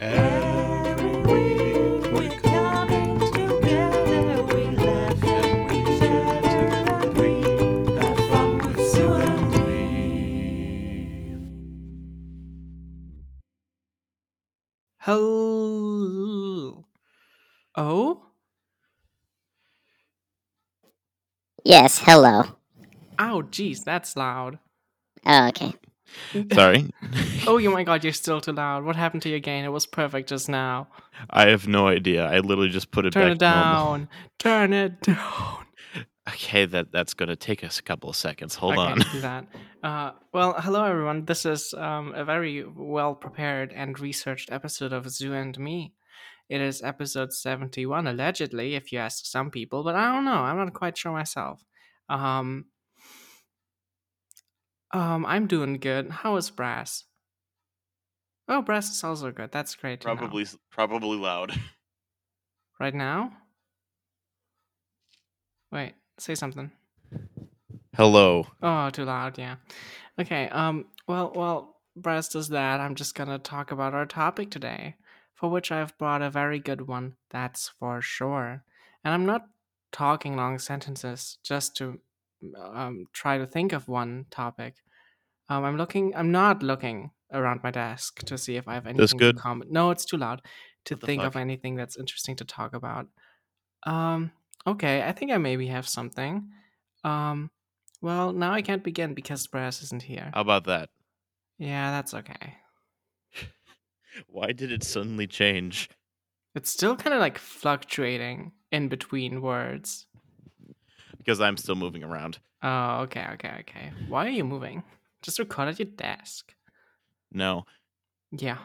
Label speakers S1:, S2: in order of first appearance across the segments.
S1: Every week we come together, we laugh and we chatter and we have fun with Sue and me.
S2: Hello. Oh,
S3: Yes, hello.
S2: ow, Oh, geez, that's loud.
S3: Oh, okay.
S4: Sorry.
S2: Oh, you my God, you're still too loud. What happened to your gain? It was perfect just now.
S4: I have no idea. I literally just put it
S2: Turn
S4: back
S2: it
S4: to normal.
S2: down. Turn it down.
S4: Okay, that that's going to take us a couple of seconds. Hold
S2: I
S4: on.
S2: can't do that. Uh, well, hello everyone. This is um, a very well prepared and researched episode of Zoo and Me. It is episode seventy-one, allegedly, if you ask some people, but I don't know. I'm not quite sure myself. Um, um, I'm doing good. How is Brass? Oh, Brass is also good. That's great. to know.
S4: Probably s- probably loud.
S2: right now. Wait, say something.
S4: Hello.
S2: Oh, too loud, yeah. Okay, um well well Brass does that, I'm just gonna talk about our topic today, for which I've brought a very good one, that's for sure. And I'm not talking long sentences just to um, try to think of one topic. Um, I'm looking I'm not looking around my desk to see if I have anything
S4: good?
S2: to comment. No, it's too loud to
S4: What the
S2: think of
S4: fuck?
S2: anything that's interesting to talk about. Um okay, I think I maybe have something. Um well, now I can't begin because Brass isn't here.
S4: How about that?
S2: Yeah, that's okay.
S4: Why did it suddenly change?
S2: It's still kind of like fluctuating in between words.
S4: Because I'm still moving around.
S2: Oh, okay, okay, okay. Why are you moving? Just record at your desk.
S4: No.
S2: Yeah.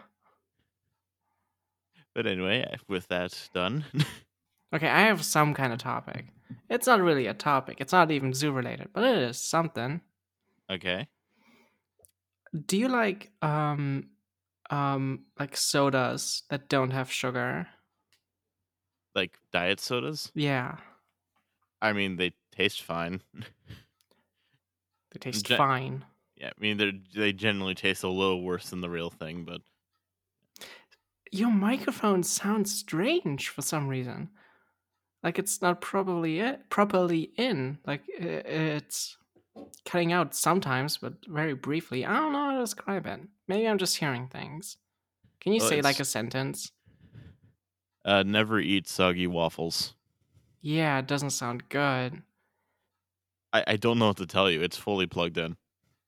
S4: But anyway, eh, with that done,
S2: Okay, I have some kind of topic. It's not really a topic. It's not even zoo related, but it is something.
S4: okay.
S2: Do you like um um like sodas that don't have sugar?
S4: Like diet sodas?
S2: Yeah.
S4: I mean, they taste fine.
S2: They taste
S4: Gen-
S2: fine.
S4: Yeah, I mean, they they generally taste a little worse than the real thing, but
S2: your microphone sounds strange for some reason. Like it's not probably it properly in. Like i- it's cutting out sometimes, but very briefly. I don't know how to describe it. Maybe I'm just hearing things. Can you
S4: Well,
S2: say like a
S4: it's-
S2: sentence?
S4: uh never eat soggy waffles.
S2: Yeah, it doesn't sound good.
S4: I, I don't know what to tell you. It's fully plugged in.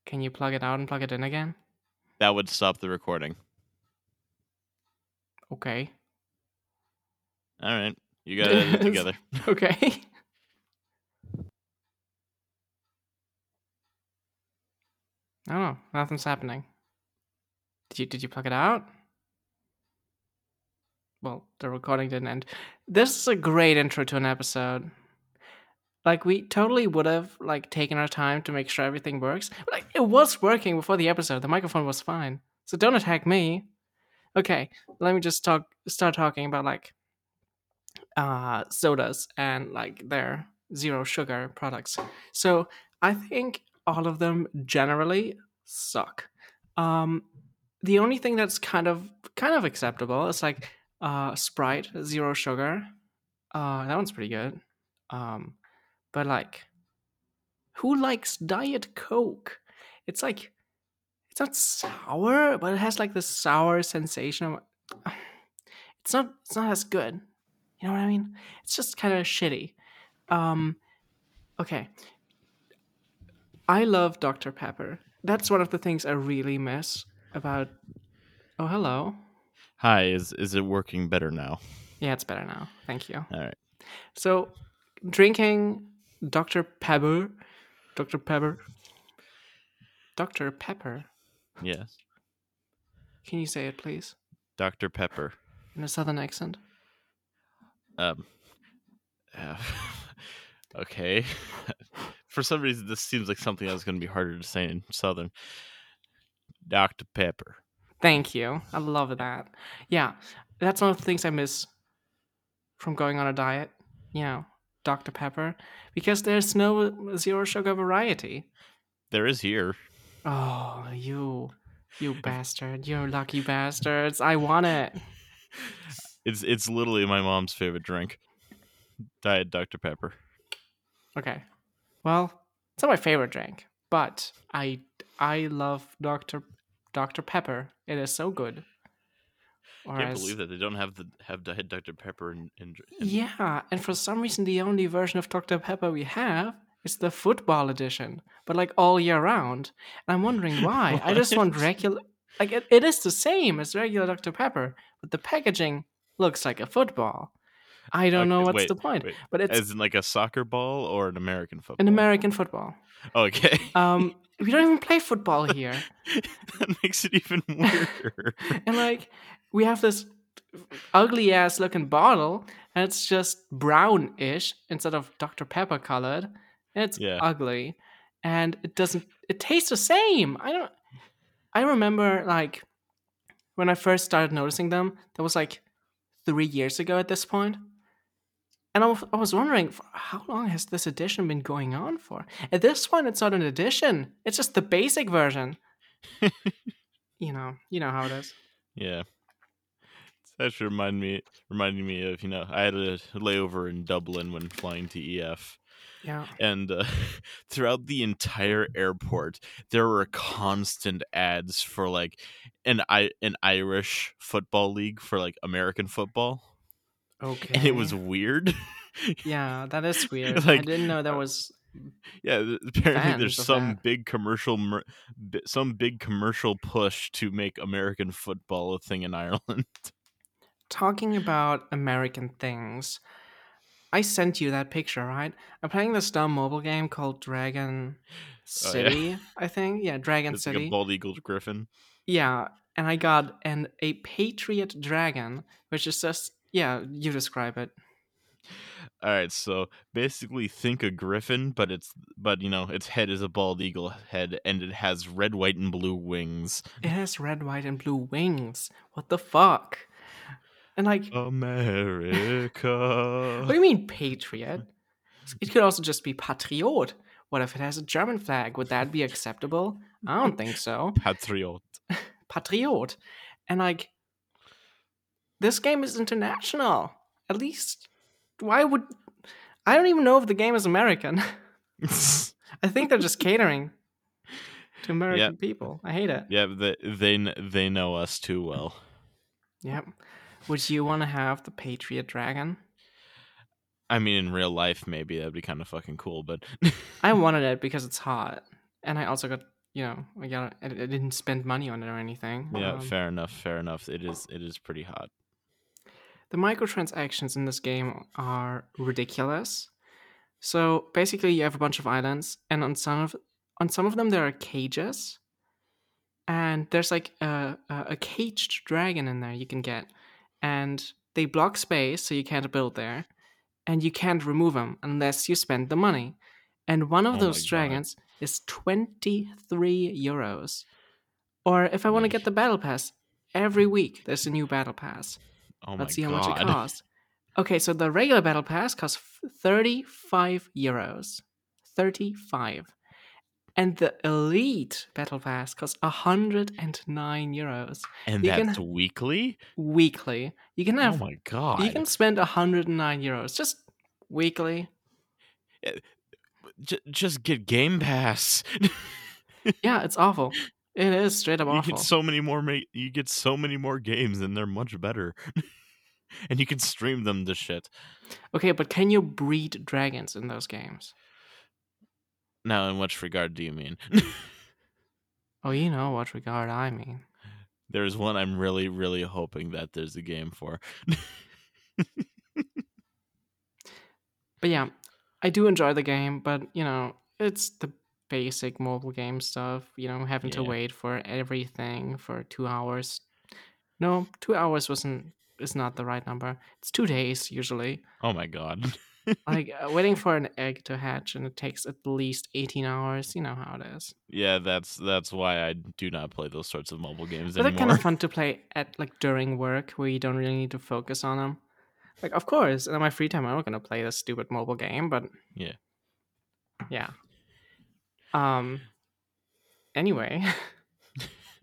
S2: Can you plug it out and plug it in again?
S4: That would stop the recording.
S2: Okay.
S4: All right. You got to edit it together.
S2: Okay. Oh, nothing's happening. Did you did you plug it out? Well, the recording didn't end. This is a great intro to an episode. Like we totally would have like taken our time to make sure everything works. But like, it was working before the episode. The microphone was fine. So don't attack me. Okay, let me just talk start talking about like uh, sodas and like their zero sugar products. So I think all of them generally suck. Um, the only thing that's kind of kind of acceptable is like uh, Sprite zero sugar. Uh, that one's pretty good. Um, but like, who likes Diet Coke? It's like it's not sour, but it has like this sour sensation. of- It's not it's not as good. You know what I mean? It's just kind of shitty. Um, okay. I love Dr. Pepper. That's one of the things I really miss about. Oh, hello.
S4: Hi, is is it working better now?
S2: Yeah, it's better now. Thank you.
S4: All right.
S2: So, drinking Dr. Pepper. Dr. Pepper. Dr. Pepper.
S4: Yes.
S2: Can you say it, please?
S4: Dr. Pepper.
S2: In a southern accent?
S4: Um uh, Okay. For some reason this seems like something that's going to be harder to say in southern. Dr. Pepper.
S2: Thank you. I love that. Yeah, that's one of the things I miss from going on a diet. You know, Dr. Pepper, because there's no zero sugar variety.
S4: There is here.
S2: Oh, you, you bastard! You lucky bastards! I want it.
S4: it's it's literally my mom's favorite drink. Diet Dr Pepper.
S2: Okay. Well, it's not my favorite drink, but I I love Dr. Dr. Pepper. It is so good. Or
S4: Can't
S2: as-
S4: believe that they don't have the have Diet Dr Pepper in, in, in
S2: Yeah, and for some reason the only version of Dr. Pepper we have is the football edition, but like all year round. And I'm wondering why. I just want
S4: What?
S2: regular like it, it is the same as regular Dr. Pepper, but the packaging looks like a football. I don't know
S4: Okay,
S2: what's
S4: wait,
S2: the point.
S4: wait.
S2: But it's
S4: as in like a soccer ball or an American football.
S2: an American football.
S4: Oh, okay.
S2: Um we don't even play football here.
S4: that makes it even weirder.
S2: and like we have this ugly ass looking bottle and it's just brownish instead of dr pepper colored and it's
S4: Yeah.
S2: ugly and it doesn't it tastes the same i don't i remember like when i first started noticing them that was like three years ago at this point and I was, I was wondering for how long has this edition been going on for at this point it's not an edition it's just the basic version you know you know how it is
S4: yeah. That's remind me reminding me of, you know, I had a layover in Dublin when flying to EF.
S2: yeah
S4: and uh, throughout the entire airport there were constant ads for like an I- an Irish football league for like American football
S2: Okay.
S4: and it was
S2: Mm-hmm.
S4: weird
S2: yeah, that is weird. I
S4: Like,
S2: didn't know that
S4: uh,
S2: was
S4: yeah th- apparently there's
S2: Fans of
S4: some
S2: that.
S4: big commercial mer- bi- some big commercial push to make American football a thing in Ireland
S2: talking about American things. I sent you that picture, right? I'm playing this dumb mobile game called Dragon
S4: Oh, yeah.
S2: City, I think. Yeah, Dragon
S4: it's
S2: City.
S4: like a bald eagle griffin
S2: yeah, and I got an a Patriot Dragon, which is just yeah, you describe it.
S4: all right so basically think a griffin but it's but you know its head is a bald eagle head and it has red white and blue wings
S2: It has red, white, and blue wings. What the fuck? And like, what do
S4: America.
S2: you mean patriot? It could also just be patriot. What if it has a German flag? Would that be acceptable? I don't think so.
S4: Patriot.
S2: Patriot. And like this game is international. At least why would I don't even know if the game is American. I think they're just catering to American people. I hate it.
S4: yeah, they, they kn- they know us too well.
S2: Yep. Would you want to have the Patriot Dragon?
S4: I mean, in real life, maybe that'd be kind of fucking cool, but
S2: I wanted it because it's hot, and I also got you know I got I I didn't spend money on it or anything.
S4: yeah,
S2: Um,
S4: fair enough, fair enough. It is it is pretty hot.
S2: The microtransactions in this game are ridiculous. So basically, you have a bunch of islands, and on some of on some of them there are cages, and there's like a a, a caged dragon in there you can get, and they block space so you can't build there, and you can't remove them unless you spend the money. And one of
S4: Oh my
S2: those
S4: God.
S2: dragons is twenty three euros, or if I want to
S4: Nice.
S2: get the battle pass every week, there's a new battle pass.
S4: Oh
S2: Let's see
S4: my
S2: how
S4: god!
S2: much it costs. Okay, so the regular battle pass costs f- 35 euros. 35. And the elite battle pass costs 109 euros
S4: and
S2: You can-
S4: that's weekly.
S2: weekly. You can
S4: Oh
S2: have
S4: my god!
S2: you can spend 109 euros just weekly.
S4: J- just get Game Pass.
S2: Yeah, it's awful. It is straight up
S4: you
S2: awful.
S4: get so many more. Ma- you get so many more games, and they're much better. and you can stream them to shit.
S2: okay, but can you breed dragons in those games?
S4: Now, in which regard do you mean?
S2: Oh, you know what regard I mean.
S4: There's one I'm really, really hoping that there's a game for.
S2: But yeah, I do enjoy the game, but you know, it's the basic mobile game stuff, you know, having to
S4: Yeah.
S2: wait for everything for 2 hours. No, 2 hours wasn't is not the right number. It's 2 days usually.
S4: Oh my god.
S2: Like uh, waiting for an egg to hatch and it takes at least 18 hours, you know how it is.
S4: Yeah, that's that's why I do not play those sorts of mobile games
S2: But they're
S4: anymore.
S2: kind of fun to play at like during work where you don't really need to focus on them. Like of course, in my free time I'm not gonna play this stupid mobile game, but
S4: Yeah.
S2: yeah. Um. Anyway,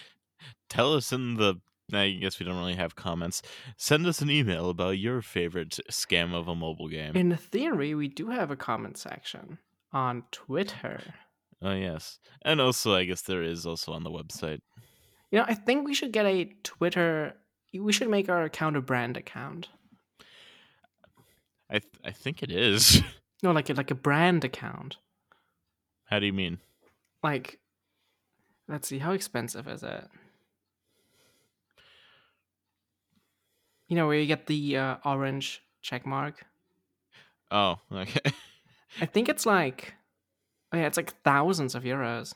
S4: Tell us in the I guess we don't really have comments. Send us an email about your favorite scam of a mobile game.
S2: In theory, we do have a comment section on Twitter.
S4: oh yes, and also I guess there is also on the website.
S2: You know, I think we should get a Twitter. We should make our account a brand account.
S4: I th- I think it is.
S2: No, like a, like a brand account.
S4: How do you mean?
S2: Like, let's see, how expensive is it? You know, where you get the uh, orange check mark.
S4: Oh, okay.
S2: I think it's like, oh yeah, it's like thousands of euros.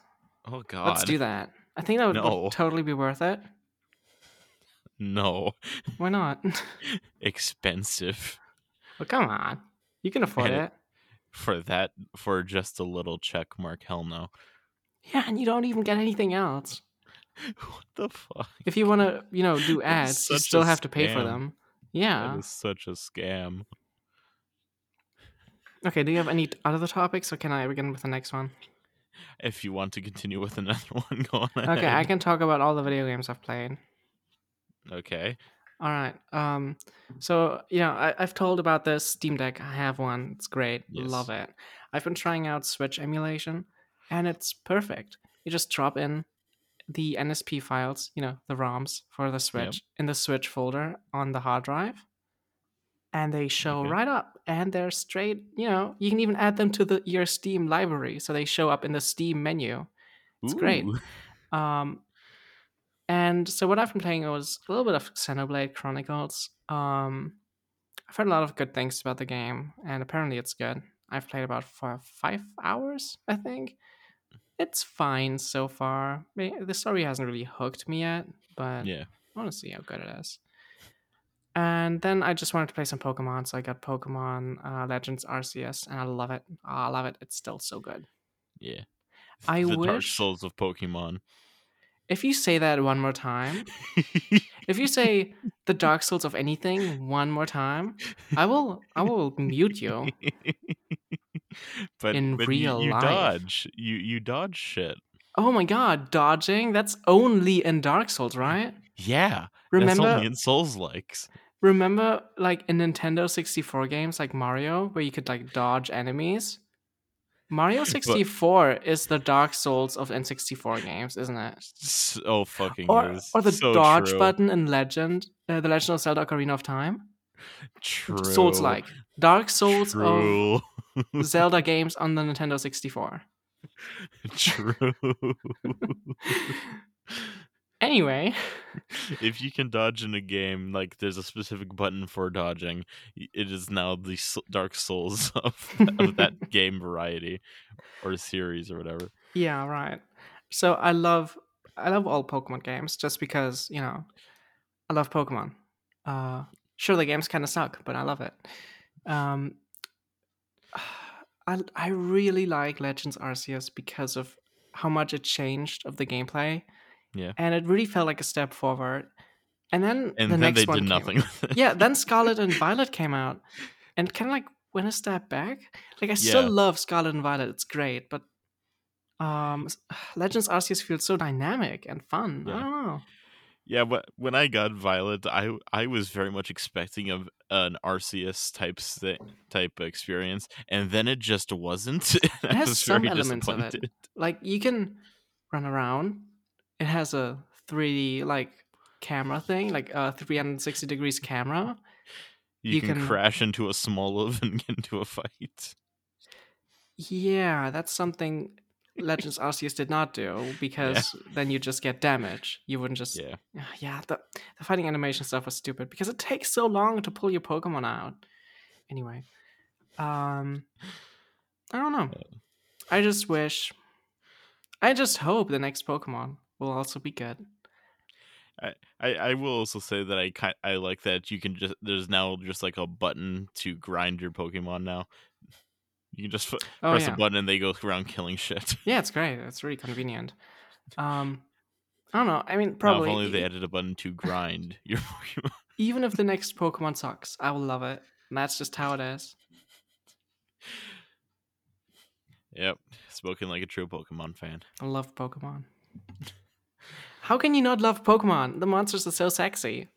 S4: Oh God.
S2: Let's do that. I think that would, would
S4: No.
S2: totally be worth it.
S4: No,
S2: Why not?
S4: expensive
S2: well, come on, you can afford
S4: And it-
S2: it.
S4: for that for just a little check mark. Hell no.
S2: Yeah, and you don't even get anything else.
S4: What the fuck?
S2: If you want to, you know, do
S4: That's
S2: ads, you
S4: such a
S2: still have to pay for
S4: scam.
S2: them. Yeah.
S4: That is such a scam.
S2: Okay. Do you have any other topics, or can I begin with the next one?
S4: If you want to continue with another one, go on.
S2: Okay, I
S4: ahead.
S2: can talk about all the video games I've played.
S4: Okay.
S2: All right. Um. So you know, I, I've told about this Steam Deck. I have one. It's great.
S4: Yes.
S2: Love it. I've been trying out Switch emulation, and it's perfect. You just drop in the NSP files, you know, the ROMs for the Switch in the Switch folder on the hard drive, and they show
S4: Okay.
S2: right up. And they're straight. You know, you can even add them to the your Steam library, so they show up in the Steam menu. It's great.
S4: Ooh.
S2: Um, and so what I've been playing was a little bit of Xenoblade Chronicles. Um, I've heard a lot of good things about the game, and apparently it's good. I've played about for five hours, I think. It's fine so far. I mean, The story hasn't really hooked me yet, but
S4: Yeah.
S2: I want to see how good it is. And then I just wanted to play some Pokemon, so I got Pokemon uh, Legends Arceus, and I love it. Ah, I love it. It's still so good.
S4: Yeah.
S2: I
S4: the Dark
S2: wish-
S4: Souls of Pokemon.
S2: If you say that one more time, If you say the Dark Souls of anything one more time, I will I will mute you.
S4: but
S2: In
S4: but
S2: real
S4: you, you
S2: life.
S4: dodge. You you dodge shit.
S2: Oh my god, dodging? That's only in Dark Souls, right?
S4: Yeah. That's
S2: Remember
S4: only in Souls likes.
S2: remember like in Nintendo 64 games like Mario where you could like dodge enemies? Mario 64 is the Dark Souls of N64 games, isn't it?
S4: So oh, fucking
S2: Or,
S4: is.
S2: or the
S4: So
S2: dodge
S4: true.
S2: button in Legend, uh, the Legend of Zelda Ocarina of Time.
S4: True.
S2: Souls like um, Dark Souls of
S4: True.
S2: Zelda games on the Nintendo 64.
S4: True.
S2: Anyway,
S4: if you can dodge in a game, like there's a specific button for dodging, y- it is now the s- Dark Souls of, of that game variety or series or whatever.
S2: yeah, right. So I love I love all Pokemon games just because, you know, I love Pokemon. Uh sure the games kind of suck, but I love it. Um I I really like Legends Arceus because of how much it changed of the gameplay.
S4: Yeah.
S2: And it really felt like a step forward. And then
S4: And
S2: the
S4: then
S2: next
S4: they
S2: one
S4: did
S2: came.
S4: nothing. with it.
S2: yeah, then Scarlet and Violet came out, and kind of like went a step back. Like I still
S4: Yeah.
S2: love Scarlet and Violet; it's great, but um, s- Legends Arceus feels so dynamic and fun. I
S4: Yeah.
S2: don't know.
S4: Yeah, but when I got Violet, I I was very much expecting of an Arceus type thi- type experience, and then it just wasn't.
S2: It
S4: I
S2: has
S4: was
S2: some
S4: very
S2: elements of it.
S4: disappointed.
S2: Like you can run around. It has a 3D like camera thing, like a 360 degrees camera.
S4: You,
S2: You
S4: can,
S2: can-
S4: crash into a small and get into a fight.
S2: Yeah, that's something Legends Arceus did not do because then you just get damage. You wouldn't just
S4: Yeah,
S2: Ah, yeah, the, the fighting animation stuff was stupid because it takes so long to pull your Pokemon out. Anyway, um, I don't know. I just wish, I just hope the next Pokemon will also be good.
S4: I, I will also say that I ki- I like that you can just there's now just like a button to grind your Pokemon now. You can just f-
S2: Oh
S4: press
S2: yeah,
S4: a button and they go around killing shit.
S2: yeah, it's great. It's really convenient. Um, I don't know. I mean,
S4: Now,
S2: probably
S4: if only they
S2: e-
S4: added a button to grind your Pokemon.
S2: even if the next Pokemon sucks, I will love it. And that's just how it is.
S4: Yep, spoken like a true Pokemon fan.
S2: I love Pokemon. How can you not love Pokemon? The monsters are so sexy.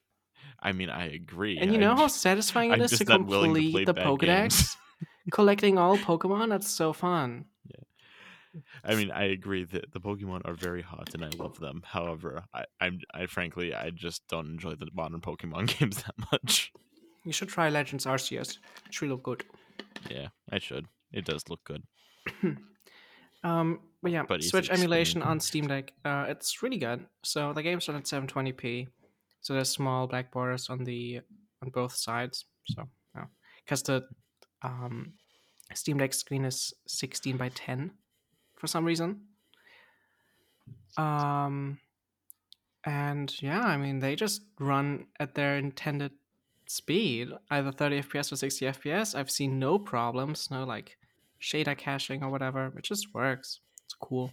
S4: I mean, I agree.
S2: And you
S4: I
S2: know how
S4: just-
S2: satisfying
S4: I'm
S2: it is to
S4: just not willing to
S2: complete
S4: play
S2: the
S4: bad
S2: Pokedex?
S4: games.
S2: Collecting all Pokemon? That's so fun.
S4: I mean, I agree that the Pokemon are very hot and I love them. However, I, I'm I frankly I just don't enjoy the modern Pokemon games that much.
S2: You should try Legends Arceus. It should look good.
S4: Yeah, I should. It does look good.
S2: Um, but yeah,
S4: But easy
S2: Switch
S4: to explain.
S2: emulation on Steam Deck. Uh, it's really good. So the game's done at 720p. So there's small black borders on the on both sides. So because the um, Steam Deck screen is 16 by 10 for some reason. Um, and yeah, I mean they just run at their intended speed, either 30 FPS or 60 FPS. I've seen no problems, no like shader caching or whatever. It just works. It's cool.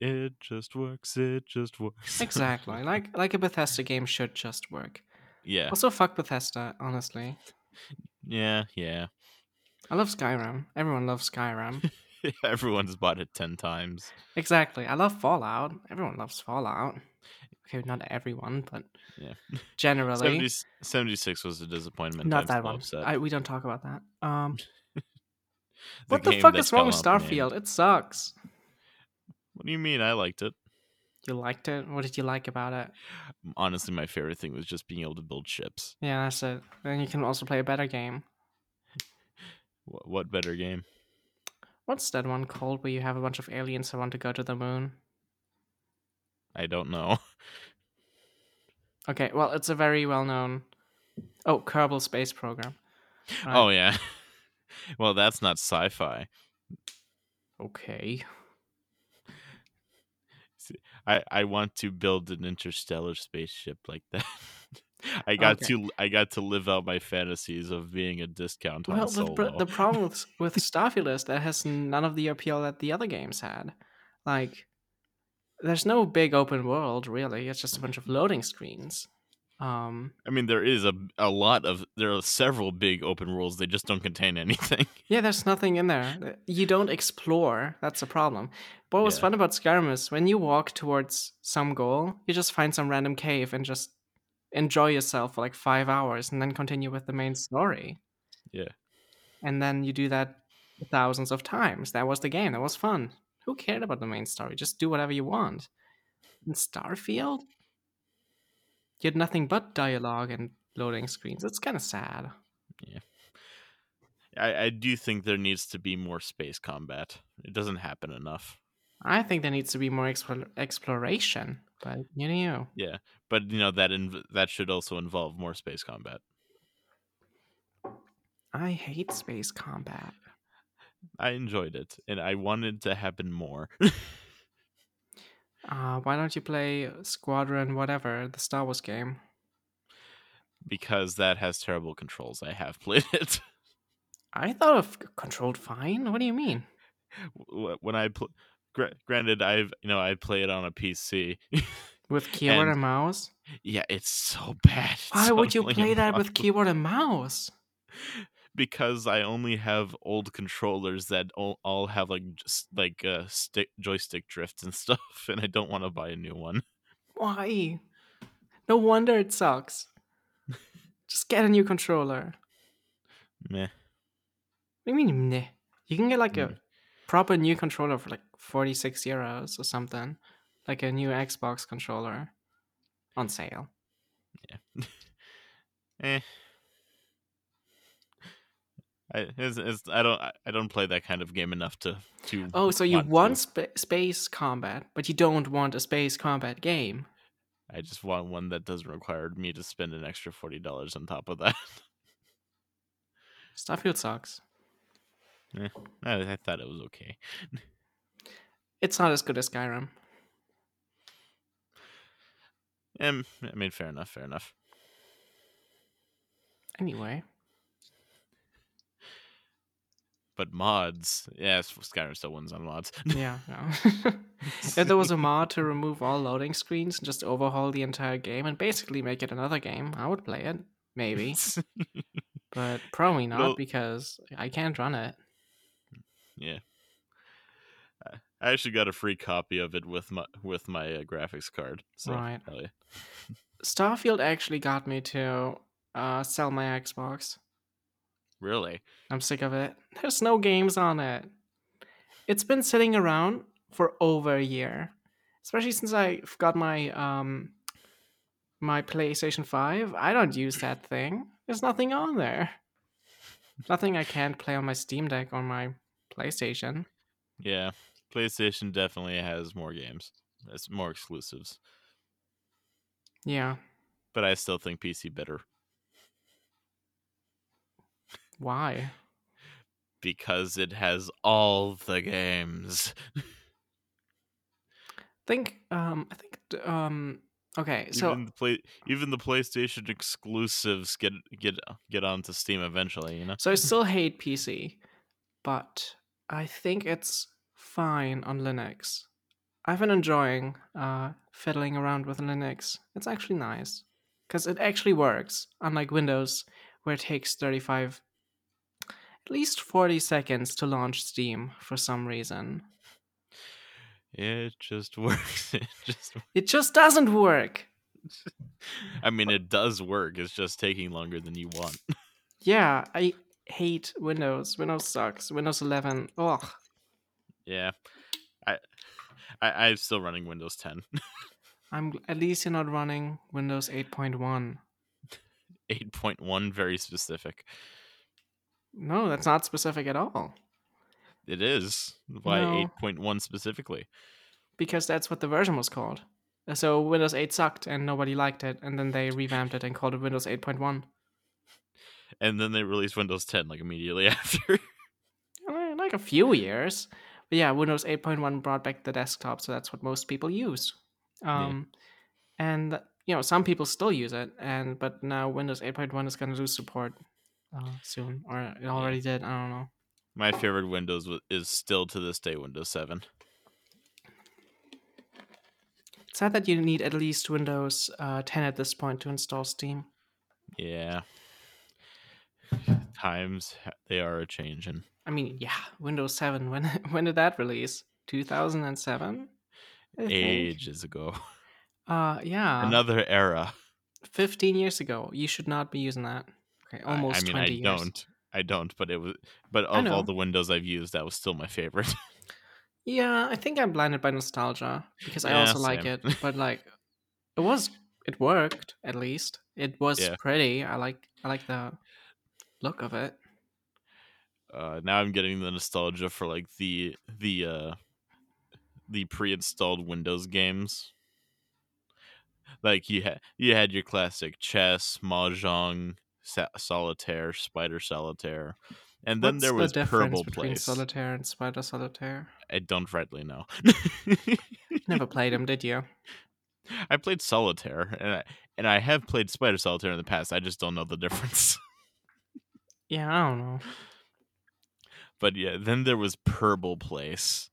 S4: It just works. It just works.
S2: Exactly. like like a Bethesda game should just work.
S4: yeah.
S2: Also fuck Bethesda, honestly.
S4: Yeah. Yeah.
S2: I love Skyrim. Everyone loves Skyrim.
S4: Everyone's bought it ten times.
S2: exactly. I love Fallout. Everyone loves Fallout. Okay, not everyone, but
S4: Yeah.
S2: generally
S4: 70, 76 was a disappointment. I'm
S2: not that
S4: still
S2: one.
S4: upset.
S2: I, we don't talk about that. Um,
S4: It's a
S2: what the
S4: game
S2: fuck
S4: that's
S2: is wrong with
S4: come up
S2: Starfield?
S4: named-
S2: It sucks.
S4: What do you mean? I liked it.
S2: You liked it? What did you like about it?
S4: Honestly, my favorite thing was just being able to build ships.
S2: Yeah, that's it. Then you can also play a better game.
S4: What, what better game?
S2: What's that one called where you have a bunch of aliens who want to go to the moon?
S4: I don't know.
S2: Okay, well, it's a very well known. Oh, Kerbal Space Program. Right.
S4: Oh yeah. well, that's not sci-fi.
S2: Okay.
S4: I I want to build an interstellar spaceship like that. I got
S2: Okay.
S4: to I got to live out my fantasies of being a discount on
S2: Well, the,
S4: Solo.
S2: pr- the problem with, with Starfield is that has none of the appeal that the other games had. Like, there's no big open world, really. It's just a bunch of loading screens. Um,
S4: I mean, there is a a lot of there are several big open worlds. They just don't contain anything.
S2: Yeah, there's nothing in there. You don't explore. That's a problem. What was
S4: Yeah.
S2: fun about Skyrim is when you walk towards some goal, you just find some random cave and just enjoy yourself for like five hours and then continue with the main story.
S4: Yeah.
S2: And then you do that thousands of times. That was the game. That was fun. Who cared about the main story? Just do whatever you want. In Starfield, you had nothing but dialogue and loading screens. It's kind of sad.
S4: I, I do think there needs to be more space combat. It doesn't happen enough.
S2: I think there needs to be more expl- exploration, but you know,
S4: Yeah, but you know that inv- that should also involve more space combat.
S2: I hate space combat.
S4: I enjoyed it, and I wanted to happen more.
S2: Uh, why don't you play Squadron whatever, the Star Wars game?
S4: because that has terrible controls. I have played it.
S2: I thought of c- controlled fine. What do you mean?
S4: Wh- when I pl- gra- granted I've you know I play it on a PC.
S2: With keyboard and,
S4: And
S2: mouse?
S4: yeah, it's so bad. It's
S2: Why would you
S4: totally
S2: play that with
S4: impossible.
S2: keyboard and mouse?
S4: Because I only have old controllers that all, all have like just like uh, stick joystick drift and stuff, and I don't want to buy a new one.
S2: Why? No wonder it sucks. Just get a new controller.
S4: Meh.
S2: What do you mean, meh? You can get like
S4: Mm.
S2: a proper new controller for like 46 euros or something, like a new Xbox controller on sale.
S4: Eh. I, it's, it's, I don't I I don't play that kind of game enough to to
S2: Oh, so you
S4: to.
S2: want spa- space combat, but you don't want a space combat game.
S4: I just want one that doesn't require me to spend an extra forty dollars on top of that.
S2: Starfield sucks.
S4: I, I thought it was okay.
S2: It's not as good as Skyrim.
S4: Um, I mean, fair enough, fair enough.
S2: Anyway,
S4: But mods, yeah, s- Skyrim still wins on mods.
S2: yeah. No. if there was a mod to remove all loading screens and just overhaul the entire game and basically make it another game, I would play it. Maybe. But probably not
S4: Well-
S2: because I can't run it.
S4: yeah. I- I actually got a free copy of it with my with my uh, graphics card. So,
S2: Right.
S4: hell yeah.
S2: Starfield actually got me to uh, sell my Xbox.
S4: Really?
S2: I'm sick of it. There's no games on it. It's been sitting around for over a year, especially since I got my um my PlayStation Five. I don't use that thing. There's nothing on there. nothing I can't play on my Steam Deck or my PlayStation.
S4: Yeah. PlayStation definitely has more games. It's more exclusives,
S2: Yeah.
S4: but I still think PC better
S2: Why?
S4: because it has all the games.
S2: Think. Um. I think. d- Um. Okay. So
S4: even the play, even the PlayStation exclusives get get get onto Steam eventually. You know.
S2: So I still hate PC, but I think it's fine on Linux. I've been enjoying uh, fiddling around with Linux. It's actually nice because it actually works, unlike Windows, where it takes 35, at least 40 seconds to launch Steam for some reason.
S4: It just works. It just.
S2: It just doesn't work.
S4: I mean, it does work. It's just taking longer than you want.
S2: Yeah, I hate Windows. Windows sucks. Windows 11. Ugh.
S4: Yeah. I, I I'm still running Windows 10.
S2: I'm gl- at least you're not running Windows 8.1.
S4: 8.1 very specific.
S2: No, that's not specific at all.
S4: It is. Why
S2: No.
S4: 8.1 specifically?
S2: Because that's what the version was called. Uh, So Windows 8 sucked and nobody liked it, and then they revamped it and called it Windows 8.1.
S4: And then they released Windows 10 like immediately after.
S2: Eh, Like a few years. But yeah, Windows 8.1 brought back the desktop, so that's what most people use.
S4: Yeah.
S2: Um, And, you know, some people still use it, and but now Windows 8.1 is going to lose support uh, soon, or it already did, I don't know.
S4: My favorite Windows wa- is still to this day Windows 7.
S2: It's sad that you need at least Windows uh, 10 at this point to install Steam.
S4: Yeah. Times ha- they are a changing.
S2: I mean, yeah, Windows 7. When when did that release? 2007? I think.
S4: Ages ago.
S2: Uh, yeah.
S4: Another era.
S2: 15 years ago. You should not be using that. Okay,
S4: I-
S2: almost
S4: I mean,
S2: 20
S4: I
S2: years.
S4: don't. I don't, but it was but
S2: I
S4: of all
S2: know.
S4: the Windows I've used, that was still my favorite.
S2: Yeah, I think I'm blinded by nostalgia because I
S4: Yeah,
S2: also like
S4: same.
S2: it, but like it was it worked at least. It was
S4: Yeah.
S2: pretty. I like I like the look of it.
S4: uh, now I'm getting the nostalgia for like the the uh, the pre-installed Windows games. Like you had you had your classic chess, mahjong, sa- solitaire, spider solitaire, and then
S2: What's
S4: there was
S2: the difference
S4: Purple
S2: between
S4: Place.
S2: solitaire and spider solitaire?
S4: I don't rightly know.
S2: Never played them, did you?
S4: I played solitaire, and I and I have played spider solitaire in the past. I just don't know the difference.
S2: Yeah, I don't know.
S4: but yeah, then there was Purple Place.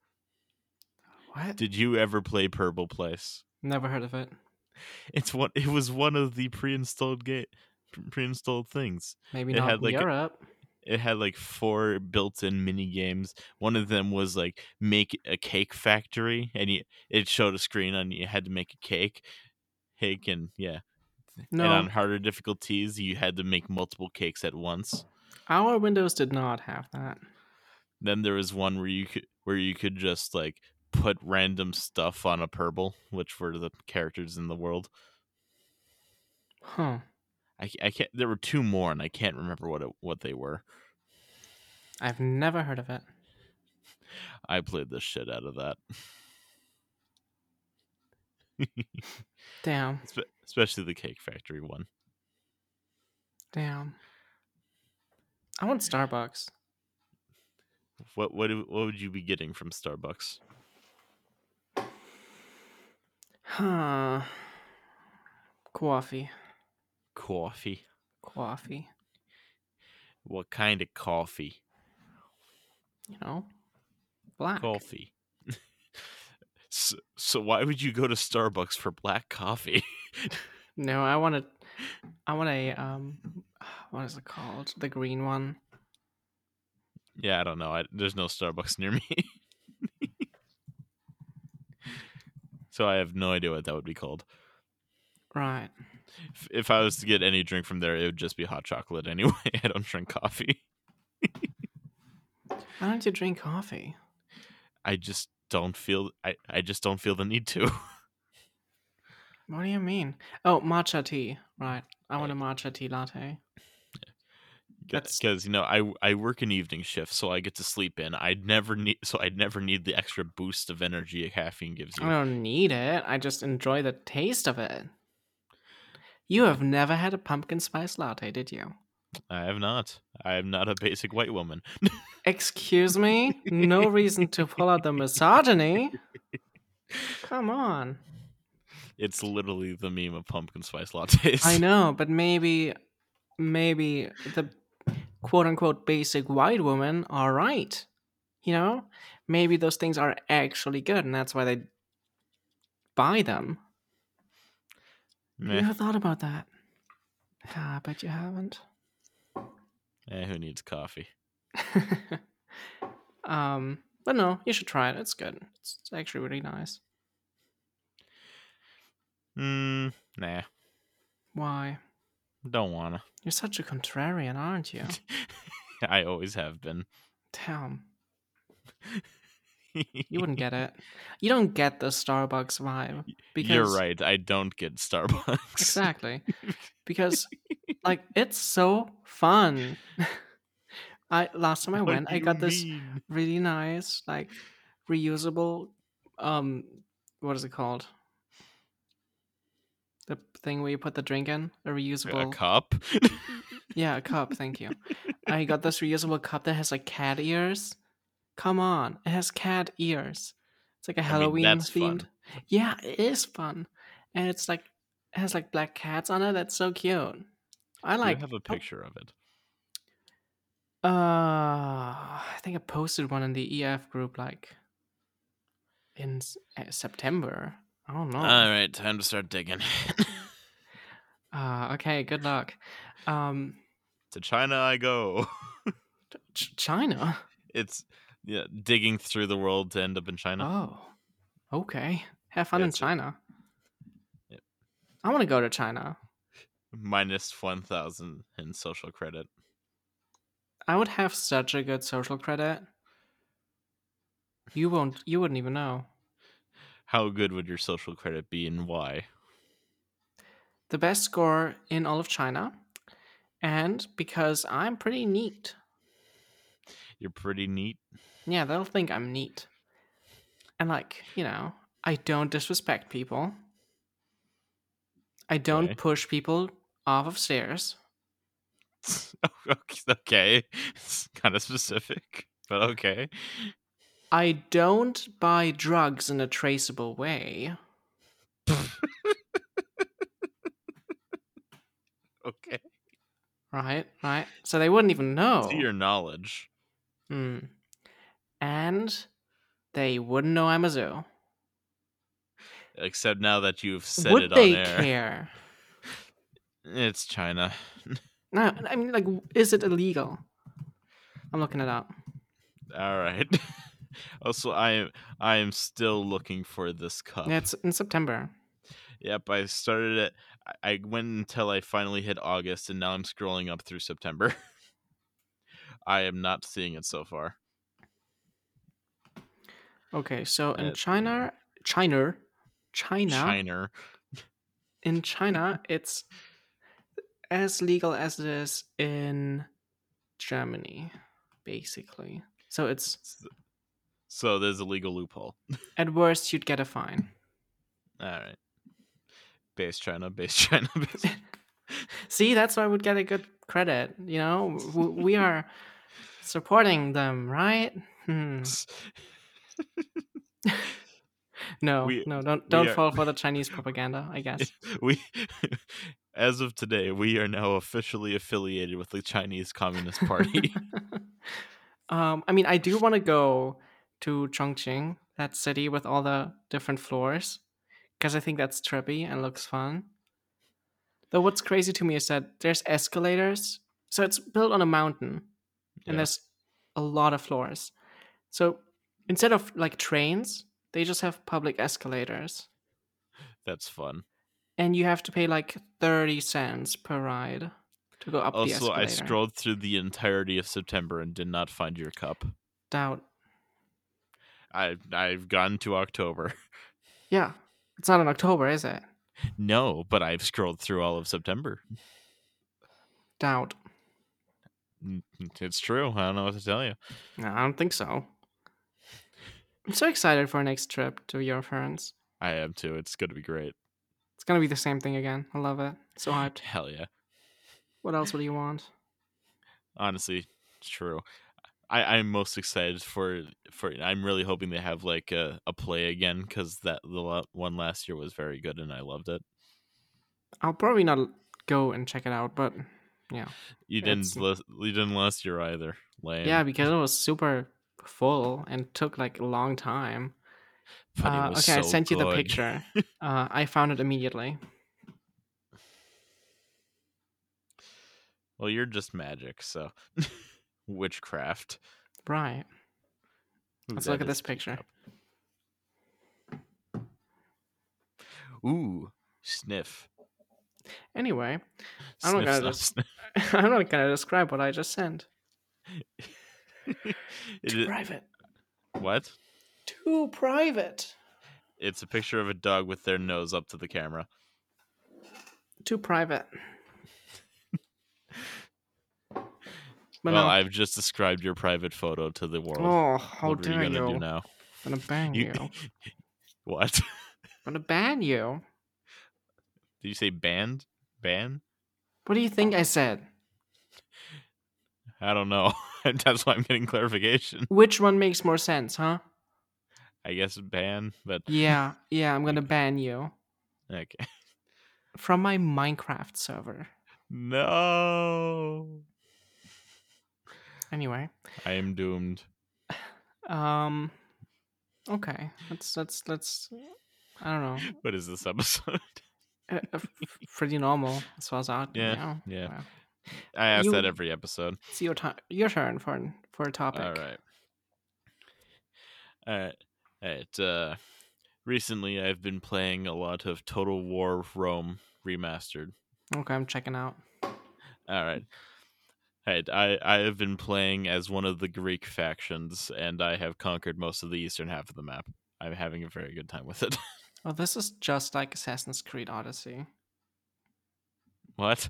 S2: What?
S4: Did you ever play Purple Place?
S2: Never heard of it.
S4: It's one. It was one of the pre-installed gate, pre-installed things.
S2: Maybe
S4: It
S2: not
S4: had,
S2: in
S4: like, a-
S2: Europe.
S4: It had like four built-in mini games. One of them was like make a cake factory, and you, it showed a screen on you had to make a cake, cake, and yeah.
S2: No,
S4: And on harder difficulties, you had to make multiple cakes at once.
S2: our Windows did not have that.
S4: Then there was one where you could where you could just like put random stuff on a purple, which were the characters in the world.
S2: Huh.
S4: I, ca- I can't. There were two more, and I can't remember what it, what they were.
S2: I've never heard of it.
S4: I played the shit out of that,
S2: Damn.
S4: Espe- especially the Cake Factory one.
S2: Damn. I want Starbucks.
S4: What what do- what would you be getting from Starbucks?
S2: Huh. Coffee.
S4: Coffee.
S2: Coffee.
S4: What kind of coffee?
S2: You know? Black.
S4: Coffee. so, so why would you go to Starbucks for black coffee?
S2: No, I want a I want a um what is it called? The green one.
S4: yeah, I don't know. I, there's no Starbucks near me. so I have no idea what that would be called.
S2: Right.
S4: If, if I was to get any drink from there, it would just be hot chocolate anyway. I don't drink coffee.
S2: Why don't you drink coffee?
S4: I just don't feel. I, I just don't feel the need to.
S2: What do you mean? Oh, matcha tea. Right. I want a matcha tea latte. That's-
S4: because you know I I work an evening shift, so I get to sleep in. I'd never need so I'd never need the extra boost of energy caffeine gives you.
S2: I don't need it. I just enjoy the taste of it. You have never had a pumpkin spice latte, did you?
S4: I have not. I am not a basic white woman.
S2: Excuse me? No reason to pull out the misogyny. Come on.
S4: It's literally the meme of pumpkin spice lattes.
S2: I know, but maybe, maybe the quote unquote basic white women are right. You know? Maybe those things are actually good and that's why they buy them. You
S4: Meh,
S2: ever thought about that? Ah, I bet you haven't.
S4: eh, who needs coffee?
S2: um, but no, you should try it. It's good. It's, it's actually really nice.
S4: Mm, nah,
S2: Why?
S4: don't wanna.
S2: You're such a contrarian, aren't you?
S4: I always have been.
S2: Damn, you wouldn't get it. You don't get the Starbucks vibe because
S4: You're right. I don't get Starbucks.
S2: Exactly, because like it's so fun. I last time I
S4: What
S2: went,
S4: do
S2: I
S4: you
S2: got this
S4: mean?
S2: really nice, like reusable. Um, what is it called? The thing where you put the drink in, a
S4: a
S2: reusable.
S4: cup.
S2: Yeah, a cup. Thank you. I got this reusable cup that has like cat ears. Come on, it has cat ears. It's like a
S4: I mean,
S2: Halloween
S4: that's fun.
S2: themed. Yeah, it is fun, and it's like it has like black cats on it. That's so cute. I
S4: I
S2: like. oh,
S4: have a picture of it.
S2: Uh, I think I posted one in the EF group like in S- uh, September. I don't know.
S4: All right, time to start digging.
S2: Uh, okay, good luck. Um,
S4: to China I go.
S2: Ch- China.
S4: It's yeah, digging through the world to end up in
S2: Ah.
S4: China.
S2: Oh, okay. Have fun
S4: Yeah,
S2: in
S4: it's a-
S2: China.
S4: Yep.
S2: I want to go to China.
S4: Minus one thousand in social credit.
S2: I would have such a good social credit. You won't. You wouldn't even know.
S4: How good would your social credit be, and why?
S2: The best score in all of China, and because I'm pretty neat.
S4: You're pretty neat.
S2: Yeah, they'll think I'm neat. And like, you know, I don't disrespect people. I don't
S4: Okay.
S2: push people off of stairs.
S4: okay, it's kind of specific, but okay.
S2: I don't buy drugs in a traceable way.
S4: Okay,
S2: Right, right. So they wouldn't even know.
S4: to your knowledge,
S2: Mm. And they wouldn't know I'm a zoo.
S4: except now that you've said
S2: Would
S4: it
S2: they
S4: on air,
S2: care?
S4: it's China.
S2: No, I mean, like, is it illegal? I'm looking it up.
S4: All right. also, I am I am still looking for this cup.
S2: Yeah, it's in September.
S4: Yep, I started it. I- I went until I finally hit August, and now I'm scrolling up through September. I am not seeing it so far.
S2: Okay, so in
S4: That's
S2: China, China, China,
S4: China.
S2: in China, it's as legal as it is in Germany, basically. So it's
S4: So there's a legal loophole.
S2: at worst you'd get a fine.
S4: All right. Base China, base China, base.
S2: See, that's why we'd get a good credit. You know, W- we are supporting them, right? Hmm. No,
S4: We-
S2: no, don't don't
S4: are-
S2: fall for the Chinese propaganda. I guess.
S4: we, as of today, we are now officially affiliated with the Chinese Communist Party.
S2: um, I mean, I do want to go to Chongqing, that city with all the different floors, because I think that's trippy and looks fun. Though what's crazy to me is that there's escalators, so it's built on a mountain,
S4: Yeah.
S2: and there's a lot of floors. So instead of like trains, they just have public escalators.
S4: That's fun.
S2: and you have to pay like 30 cents per ride to go up the
S4: also,
S2: escalator.
S4: Oh, I scrolled through the entirety of September and did not find your cup.
S2: Doubt.
S4: I I've gone to October.
S2: Yeah. It's not in October, is it?
S4: No, but I've scrolled through all of September.
S2: Doubt.
S4: Mm, It's true. I don't know what to tell you.
S2: No, I don't think so. I'm so excited for our next trip to your friends.
S4: I am too. It's going to be great.
S2: It's gonna be the same thing again. I love it. So hyped.
S4: Hell yeah.
S2: What else would you want?
S4: honestly it's true I, i'm most excited for for i'm really hoping they have like a, a play again because that the la- one last year was very good and i loved it
S2: I'll probably not go and check it out, but yeah.
S4: you didn't
S2: It's-
S4: lis- you didn't last year either lame
S2: Yeah, because it was super full and took like a long time.
S4: But it
S2: Uh,
S4: was
S2: okay, I
S4: so
S2: sent you the
S4: good.
S2: picture. uh, I found it immediately.
S4: well you're just magic so witchcraft
S2: Right.
S4: Ooh,
S2: Let's
S4: Hmm. that
S2: look at
S4: is
S2: this picture.
S4: peacock. ooh sniff
S2: Anyway, I'm not
S4: Sniff,
S2: gonna
S4: snuff,
S2: I'm not gonna describe what I just sent.
S4: sniff. It
S2: Too
S4: is-
S2: private.
S4: what
S2: Too private.
S4: it's a picture of a dog with their nose up to the camera
S2: Too private. But
S4: well,
S2: no.
S4: I've just described your private photo to the world.
S2: oh, how
S4: what are
S2: dare
S4: you
S2: you?
S4: gonna do
S2: I'm
S4: now?
S2: gonna ban you.
S4: You-
S2: I'm
S4: What? Did
S2: gonna ban you.
S4: you say banned? Ban?
S2: What do you think I said?
S4: I don't know. That's why I'm getting clarification.
S2: Which one makes more sense, huh?
S4: I guess ban, but
S2: Yeah, yeah, I'm gonna ban you
S4: okay.
S2: from my Minecraft server.
S4: No,
S2: Anyway,
S4: I am doomed.
S2: um, okay, let's let's let's. I don't know.
S4: What is this episode?
S2: Uh, uh, f- pretty normal as far as art.
S4: Yeah,
S2: you know?
S4: yeah.
S2: Well,
S4: I ask that
S2: You-
S4: every episode.
S2: it's your time. Your turn for an- for a topic.
S4: All right. All right. All right. Uh, recently, I've been playing a lot of Total War Rome Remastered.
S2: Okay, I'm checking out.
S4: All right. Hey, I, I have been playing as one of the Greek factions, and I have conquered most of the eastern half of the map. I'm having a very good time with it.
S2: Well, this is just like Assassin's Creed Odyssey.
S4: what?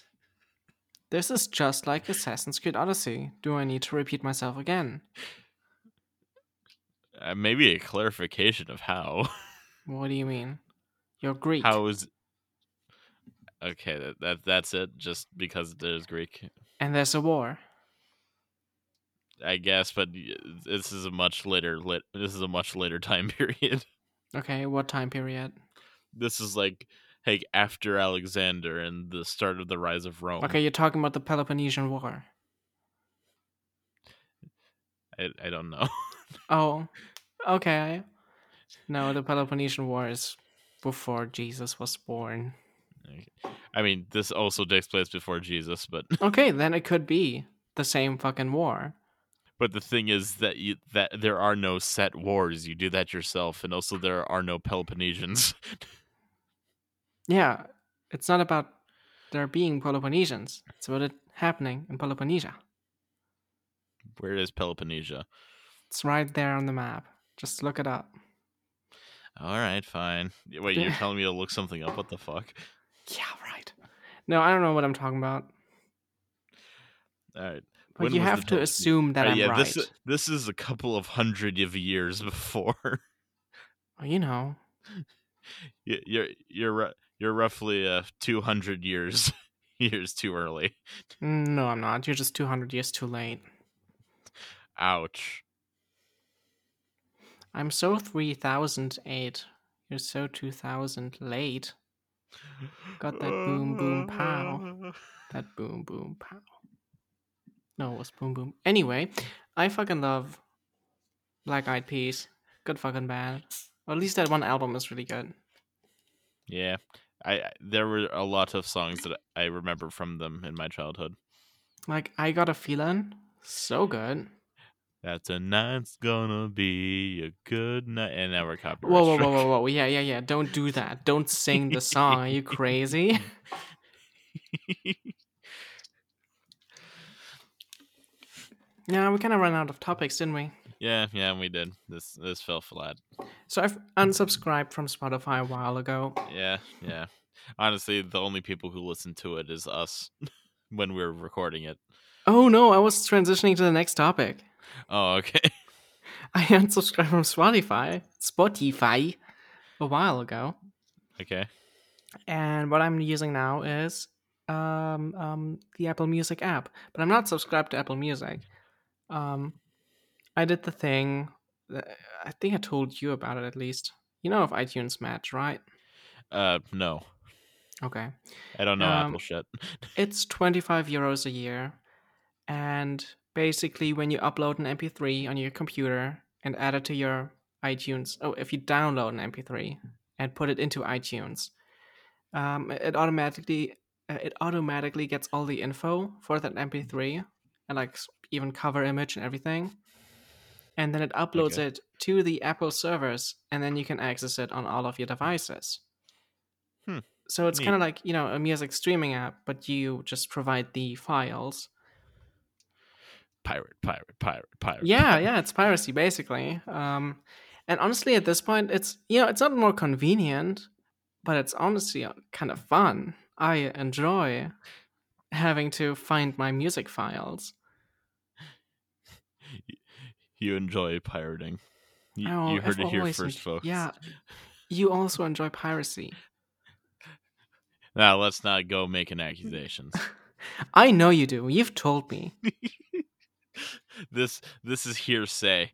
S2: This is just like Assassin's Creed Odyssey. Do I need to repeat myself again?
S4: Uh, maybe a clarification of how.
S2: What do you mean? You're Greek.
S4: How is. Okay, that, that that's it, just because there's Greek,
S2: And there's a war.
S4: I guess. But y- this is a much later lit. This is a much later time period.
S2: Okay, what time period?
S4: This is like, hey, after Alexander and the start of the rise of Rome.
S2: Okay, you're talking about the Peloponnesian War.
S4: I, I don't know.
S2: Oh, okay. No, the Peloponnesian War is before Jesus was born.
S4: Okay. I mean, this also takes place before Jesus, but
S2: Okay, then it could be the same fucking war.
S4: but the thing is that you, that there are no set wars. You do that yourself, and also there are no Peloponnesians.
S2: Yeah, it's not about there being Peloponnesians. It's about it happening in Peloponnesia.
S4: Where is Peloponnesia?
S2: It's right there on the map. Just look it up.
S4: All right, fine. Y- Wait, you're telling me to look something up? What the fuck?
S2: Yeah, right. No, I don't know what I'm talking about.
S4: All right.
S2: But
S4: When
S2: you
S4: was the
S2: have to
S4: Peloponnesian-
S2: assume that
S4: All right,
S2: I'm
S4: yeah,
S2: right.
S4: this this is a couple of hundred of years before.
S2: Well, You know,
S4: Y- you're you're ru- you're roughly uh, two hundred years years too early.
S2: no, I'm not. You're just 200 years too late.
S4: Ouch.
S2: I'm so 3008. You're so 2000 late. Got that boom, boom, pow. That boom, boom, pow. No, it was boom, boom. Anyway, I fucking love Black Eyed Peas. Good fucking band. Or at least that one album is really good.
S4: Yeah. I I- there were a lot of songs that I remember from them in my childhood.
S2: Like, I Got a Feeling. So good.
S4: That's a night's gonna be a good night. And now we're copyright.
S2: Whoa, whoa, whoa,
S4: struck.
S2: whoa, whoa! Yeah, yeah, yeah! Don't do that! Don't sing the song. Are you crazy? yeah, we kind of ran out of topics, didn't we?
S4: Yeah, yeah, we did. This this fell flat.
S2: So I've unsubscribed from Spotify a while ago.
S4: Yeah, yeah. Honestly, the only people who listen to it is us when we were recording it.
S2: Oh no, I was transitioning to the next topic.
S4: Oh, okay.
S2: I unsubscribed from Spotify, Spotify, a while ago,
S4: Okay.
S2: and what I'm using now is um, um, the Apple Music app. But I'm not subscribed to Apple Music. Um, I did the thing. that- I think I told you about it at least. You know of iTunes Match, right?
S4: Uh, no,
S2: Okay.
S4: I don't know
S2: Um,
S4: Apple shit.
S2: It's 25 euros a year. And basically, when you upload an MP3 on your computer and add it to your iTunes, oh, if you download an MP3 and put it into iTunes, um, it automatically uh, it automatically gets all the info for that MP3 and like s- even cover image and everything. And then it uploads
S4: Okay.
S2: it to the Apple servers, and then you can access it on all of your devices.
S4: Hmm.
S2: So it's
S4: Neat.
S2: kind of like you know a music streaming app, but you just provide the files.
S4: Pirate, pirate, pirate, pirate.
S2: Yeah,
S4: pirate.
S2: yeah, it's piracy basically. Um, and honestly, at this point, it's you know it's not more convenient, but it's honestly uh, kind of fun. I enjoy having to find my music files.
S4: You enjoy pirating. You,
S2: Oh,
S4: you heard
S2: I've
S4: it here
S2: always en-
S4: first, folks.
S2: Yeah, you also enjoy piracy.
S4: Now let's not go making accusations.
S2: I know you do. You've told me.
S4: this this is hearsay.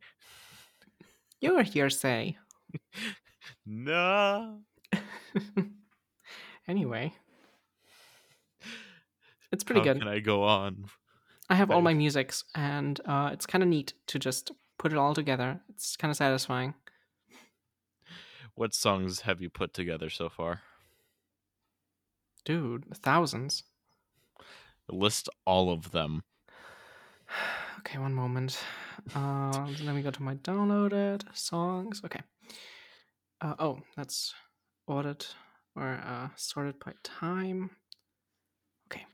S2: You're hearsay.
S4: No.
S2: anyway, it's pretty
S4: How
S2: good.
S4: Can I go on?
S2: I have all
S4: Nice.
S2: my musics, and uh, it's kind of neat to just put it all together. It's kind of satisfying.
S4: What songs have you put together so far?
S2: Dude, thousands.
S4: List all of them.
S2: Okay, one moment. Uh, let me go to my downloaded songs. Okay. Uh, oh, that's ordered or uh, sorted by time. Okay.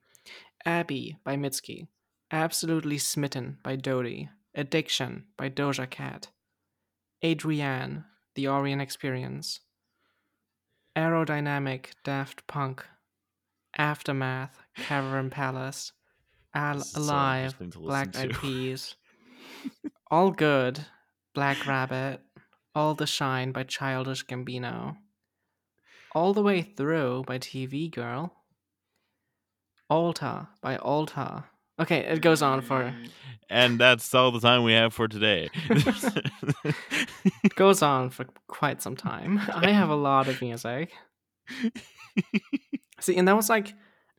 S2: Abby by Mitski. Absolutely Smitten by Dodie. Addiction by Doja Cat. Adrienne, The Orient Experience. Aerodynamic, Daft Punk. Aftermath, Cavern Palace. Al-
S4: This is so
S2: Alive,
S4: interesting to listen
S2: Black Eyed
S4: to.
S2: Peas. All Good, Black Rabbit. All the Shine by Childish Gambino. All the Way Through by TV Girl. Alta by Alta. Okay, it goes on for
S4: Mm. And that's all the time we have for today.
S2: it goes on for quite some time. I have a lot of music. See, and that was like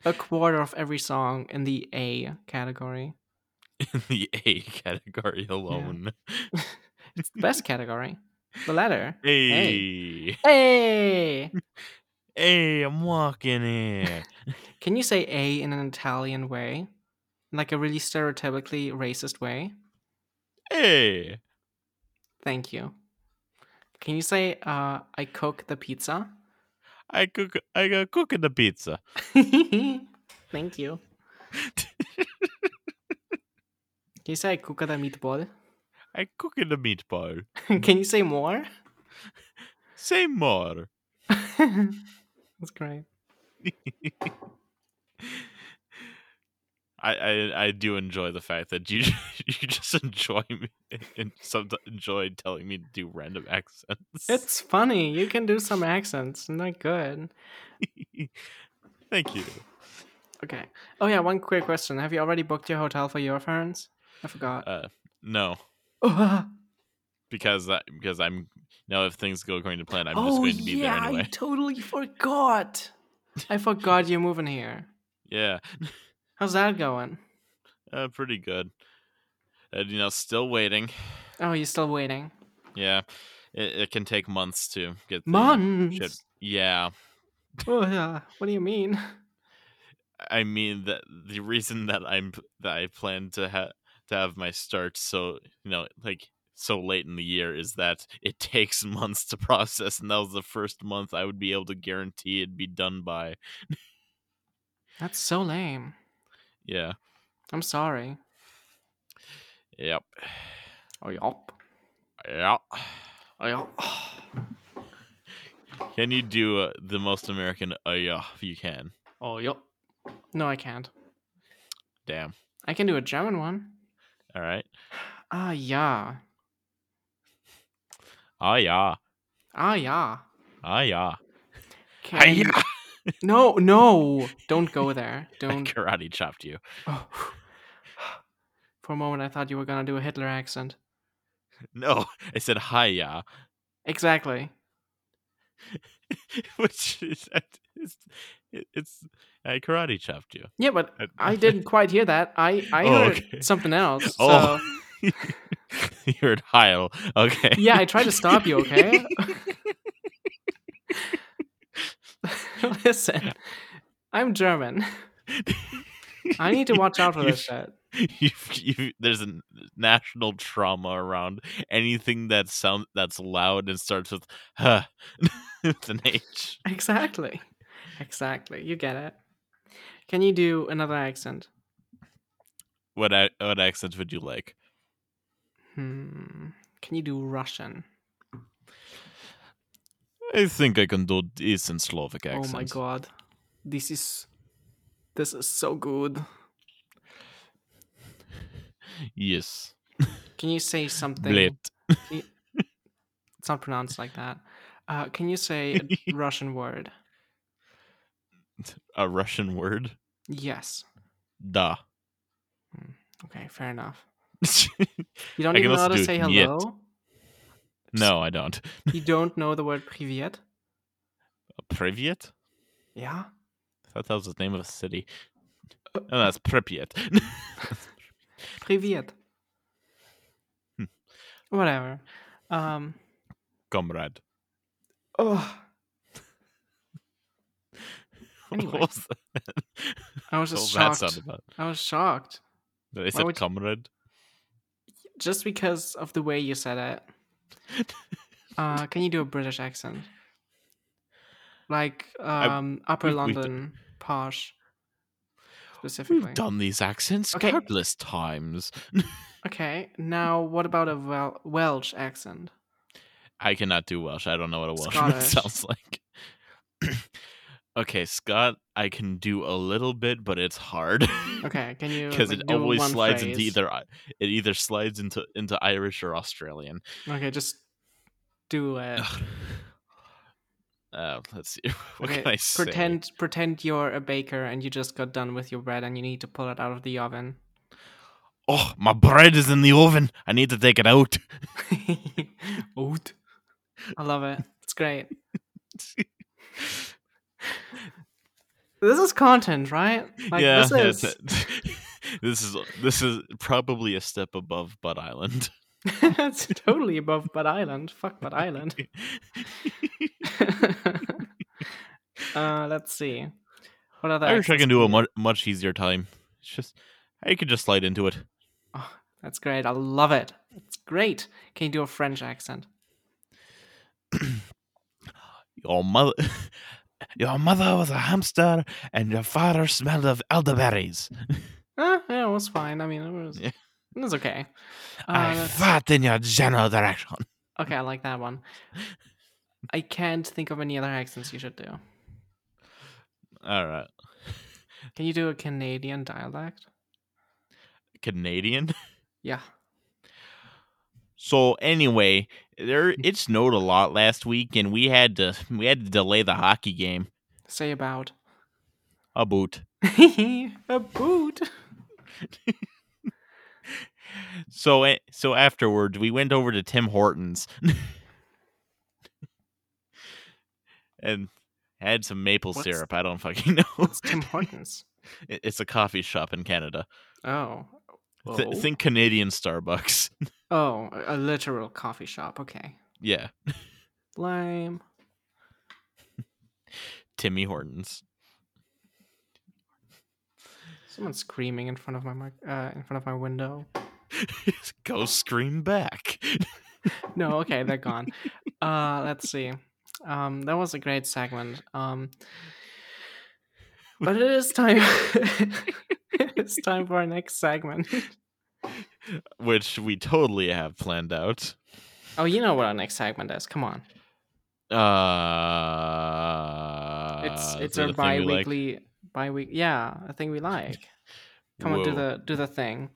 S2: a quarter of every song in the A category.
S4: In the A category alone.
S2: It's the best category. The letter.
S4: Hey. hey.
S2: A.
S4: I'm walking here.
S2: Can you say A in an Italian way? Like a really stereotypically racist way?
S4: hey.
S2: Thank you. Can you say uh, I cook the pizza?
S4: I cook I got cooking the pizza.
S2: Thank you. Can you say I cook the meatball?
S4: I cooking the meatball.
S2: Can you say more?
S4: Say more.
S2: That's great.
S4: I, I I do enjoy the fact that you you just enjoy me and sometimes enjoy telling me to do random accents.
S2: It's funny. You can do some accents. Not good.
S4: Thank you.
S2: Okay. Oh yeah, one quick question. Have you already booked your hotel for your friends? I forgot.
S4: Uh, no, because I, because I'm now if things go according to plan, I'm just
S2: oh
S4: going to be
S2: yeah,
S4: there
S2: I
S4: anyway.
S2: totally forgot. I forgot you're moving here.
S4: Yeah,
S2: How's that going?
S4: uh, pretty good. And you know, still waiting.
S2: Oh, you're still waiting.
S4: Yeah, it, it can take months to get the
S2: Months.
S4: shit- Yeah,
S2: Oh yeah. What do you mean?
S4: I mean that the reason that I'm that I plan to have to have my start so you know like so late in the year is that it takes months to process and that was the first month i would be able to guarantee it'd be done by
S2: That's so lame.
S4: yeah
S2: I'm sorry.
S4: yep
S2: Oh, yup.
S4: yeah
S2: Oh, yup.
S4: can you do uh, the most american uh, yeah you can
S2: Oh, yup. No, I can't.
S4: damn
S2: I can do a German one.
S4: all right
S2: Ah, yeah.
S4: ah yeah
S2: Ah, yeah.
S4: ah yeah
S2: Can... No, no. Don't go there.
S4: I
S2: Don't.
S4: karate chopped you
S2: Oh. For a moment, I thought you were going to do a Hitler accent.
S4: no i said hi yeah
S2: Exactly.
S4: which is it's, it's i karate chopped you
S2: Yeah, but I didn't quite hear that. I, I
S4: Oh,
S2: heard
S4: okay.
S2: something else.
S4: Oh.
S2: So,
S4: you heard Heil. Okay.
S2: yeah, I tried to stop you, okay? Listen, I'm German. I need to watch out for this shit.
S4: You've, you there's a n- national trauma around anything that sounds that's loud and starts with huh with an H.
S2: Exactly. Exactly. You get it. Can you do another accent?
S4: What a- what accent would you like?
S2: Hmm. Can you do Russian?
S4: I think I can do decent Slovak accent.
S2: Oh my god. This is this is so good.
S4: Yes.
S2: Can you say something?
S4: Blit.
S2: It's not pronounced like that. Uh, can you say a Russian word?
S4: A Russian word?
S2: Yes.
S4: Da.
S2: Okay, fair enough. You don't
S4: I can
S2: even know how
S4: also
S2: to
S4: do
S2: say
S4: "Nyet."
S2: hello.
S4: no, I don't.
S2: You don't know the word privet.
S4: Privyet?
S2: Yeah.
S4: I thought that was the name of a city.
S2: Uh,
S4: Oh, that's Pripyat.
S2: Privet.
S4: Hmm.
S2: Whatever. Um.
S4: Comrade.
S2: Oh, Anyway.
S4: What was that?
S2: I was
S4: What was
S2: just
S4: that
S2: shocked.
S4: sound about?
S2: I was shocked
S4: That I
S2: Why would
S4: said
S2: you-
S4: comrade.
S2: just because of the way you said it. Uh, can you do a British accent? Like um, Upper
S4: we've- we've d-
S2: London, posh,
S4: We've
S2: specifically.
S4: done these accents
S2: Okay.
S4: countless times.
S2: Okay, now what about a Wel- Welsh accent?
S4: I cannot do Welsh. I don't know what a Welsh
S2: Scottish.
S4: sounds like. okay, Scott, I can do a little bit, but it's hard
S2: Okay, can you?
S4: because
S2: like,
S4: it
S2: do
S4: always
S2: one
S4: slides into
S2: phrase?
S4: either I- it either slides into into Irish or Australian.
S2: Okay, just do it.
S4: Ugh. Uh, let's see. What
S2: okay,
S4: can I say?
S2: Pretend, pretend you're a baker and you just got done with your bread and you need to pull it out of the oven.
S4: Oh, my bread is in the oven. I need to take it out.
S2: Oat. I love it. It's great. This is content, right? Like
S4: yeah,
S2: this is
S4: it's- this is this is probably a step above Bud Island.
S2: it's totally above Bud Island. Fuck Bud Island. uh, let's see. What other?
S4: I wish I
S2: accents
S4: can do a
S2: you-
S4: much, much easier time. It's just I could just slide into it.
S2: Oh, that's great. I love it. It's great. Can you do a French accent?
S4: Your mother, your mother was a hamster, and your father smelled of elderberries.
S2: Uh, yeah, it was fine. I mean, it was.
S4: Yeah.
S2: It was okay. Uh,
S4: I
S2: that's-
S4: fart in your general direction.
S2: okay, I like that one. I can't think of any other accents you should do.
S4: All right,
S2: Can you do a Canadian dialect?
S4: Canadian.
S2: Yeah.
S4: So anyway, there it snowed a lot last week, and we had to we had to delay the hockey game.
S2: Say about.
S4: A boot.
S2: a boot.
S4: So a- so afterwards, we went over to Tim Hortons and had some maple
S2: What's-
S4: syrup. I don't fucking know.
S2: It's Tim Hortons.
S4: I- It's a coffee shop in Canada.
S2: Oh.
S4: Th-
S2: Oh.
S4: think Canadian Starbucks.
S2: Oh, a a literal coffee shop. Okay.
S4: yeah,
S2: Lame.
S4: Timmy Hortons.
S2: Someone's screaming in front of my mic- uh, in front of my window.
S4: Go scream back.
S2: No, okay, they're gone. Uh, let's see. Um, that was a great segment. Um, but it is time. it's time for our next segment.
S4: Which we totally have planned out.
S2: Oh, you know what our next segment is. Come on,
S4: Uh,
S2: it's
S4: is
S2: it's
S4: it
S2: our
S4: a thing we like?
S2: bi-weekly bi-week. Yeah, a thing we like. Come on, do
S4: Whoa.
S2: the do the thing.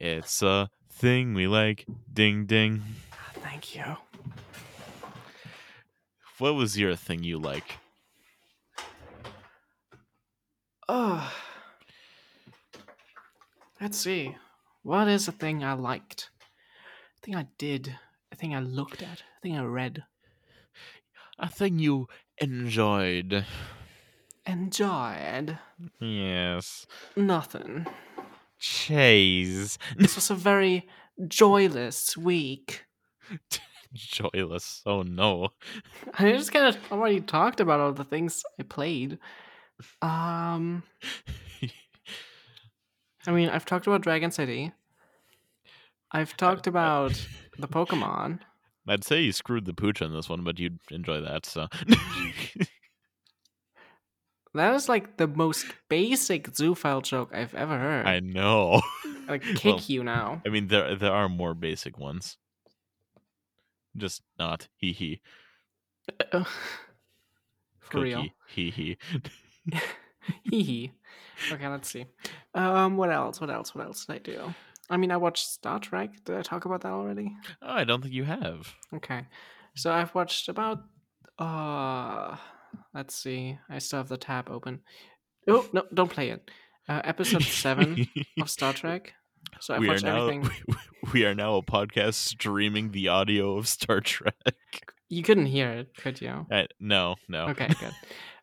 S4: It's a thing we like. Ding ding.
S2: Thank you.
S4: What was your thing you like?
S2: Oh, let's see. What is the thing I liked? I think I did. I think I looked at. I think I read.
S4: A thing you enjoyed.
S2: Enjoyed
S4: Yes.
S2: nothing.
S4: Chase.
S2: This was a very joyless week.
S4: Joyless. Oh no.
S2: I just kind of already talked about all the things I played. Um, I mean, I've talked about Dragon City. I've talked about the Pokemon.
S4: I'd say you screwed the pooch on this one, but you'd enjoy that, so
S2: That is like the most basic zoophile joke I've ever heard.
S4: I know.
S2: like kick
S4: Well,
S2: you now.
S4: I mean there there are more basic ones. Just not hee hee.
S2: For real.
S4: Cookie. Hee hee.
S2: Hee hee. Okay, let's see. Um, what else? What else? What else did I do? I mean, I watched Star Trek. Did I talk about that already?
S4: Oh, I don't think you have.
S2: Okay. So I've watched about uh let's see. I still have the tab open. Oh, no, don't play it. Uh, episode 7 of Star Trek. So I've
S4: we are
S2: watched
S4: now
S2: everything.
S4: we are now a podcast streaming the audio of Star Trek.
S2: You couldn't hear it, could you?
S4: Uh, no, no.
S2: Okay, good.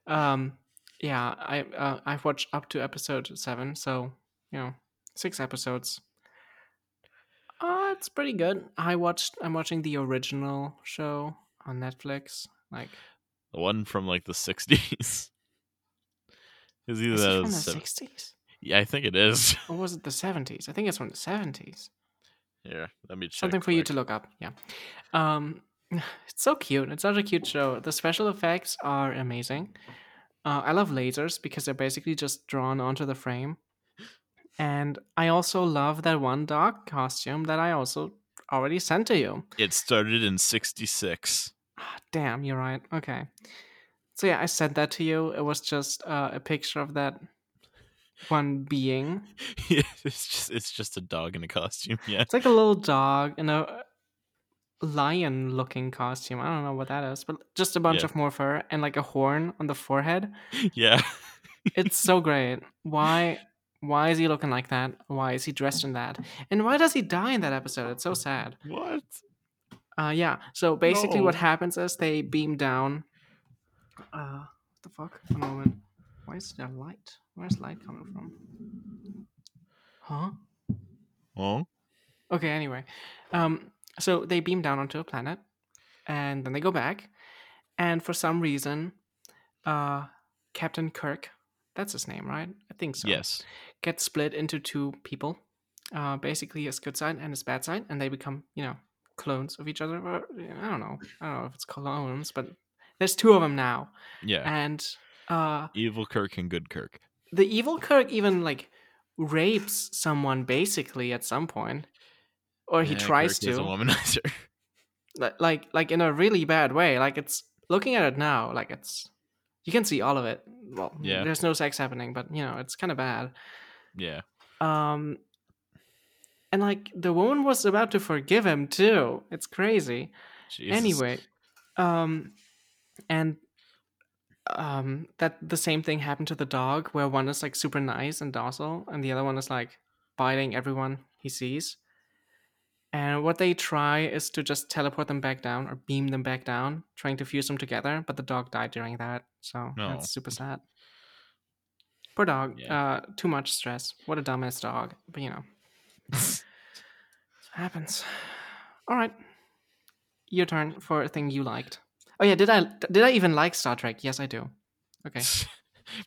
S2: Um yeah, I uh, I've watched up to episode 7, so, you know, 6 episodes. Uh, it's pretty good. I watched I'm watching the original show on Netflix. Like
S4: The one from like the sixties. Is either
S2: is it
S4: that or
S2: from
S4: the
S2: the
S4: sev-
S2: 60s?
S4: Yeah, I think it is.
S2: Or was it the 70s? I think it's from the 70s.
S4: Here, let me check.
S2: Something for you
S4: quick.
S2: to look up. Yeah. Um, it's so cute. It's such a cute show. The special effects are amazing. Uh, I love lasers because they're basically just drawn onto the frame. And I also love that one dog costume that I also already sent to you.
S4: It started in sixty six.
S2: Ah, damn, you're right. Okay. So yeah, I sent that to you. It was just uh, a picture of that one being.
S4: it's just it's just a dog in a costume. Yeah.
S2: It's like a little dog in a lion looking costume. I don't know what that is, but just a bunch
S4: Yeah.
S2: of more fur and like a horn on the forehead.
S4: Yeah.
S2: It's so great. Why why is he looking like that? Why is he dressed in that? And why does he die in that episode? It's so sad.
S4: What?
S2: Uh yeah. So basically what
S4: No.
S2: happens is they beam down uh what the fuck? One moment. Why is there light? Where's light coming from? Huh?
S4: Oh?
S2: Okay, anyway. Um, so they beam down onto a planet and then they go back. And for some reason, uh, Captain Kirk, that's his name, right? I think so.
S4: Yes.
S2: Gets split into two people, uh, basically his good side and his bad side. And they become, you know, clones of each other. Or, I don't know. I don't know if it's clones, but there's two of them now.
S4: Yeah.
S2: And uh,
S4: Evil Kirk and Good Kirk.
S2: the evil Kirk even like rapes someone basically at some point. Or he
S4: Yeah,
S2: tries
S4: Kirk
S2: to.
S4: Is a womanizer.
S2: li- like like in a really bad way. Like it's looking at it now, like it's you can see all of it. Well,
S4: Yeah.
S2: there's no sex happening, but you know it's kind of bad.
S4: yeah.
S2: Um, and like the woman was about to forgive him too. It's crazy.
S4: Jesus.
S2: Anyway, um, and um, that the same thing happened to the dog, where one is like super nice and docile, and the other one is like biting everyone he sees. And what they try is to just teleport them back down or beam them back down, trying to fuse them together. But the dog died during that, so
S4: No.
S2: that's super sad. Poor dog.
S4: Yeah.
S2: Uh, too much stress. What a dumbass dog. But you know, happens. All right, your turn for a thing you liked. Oh yeah, did I did I even like Star Trek? Yes, I do. Okay.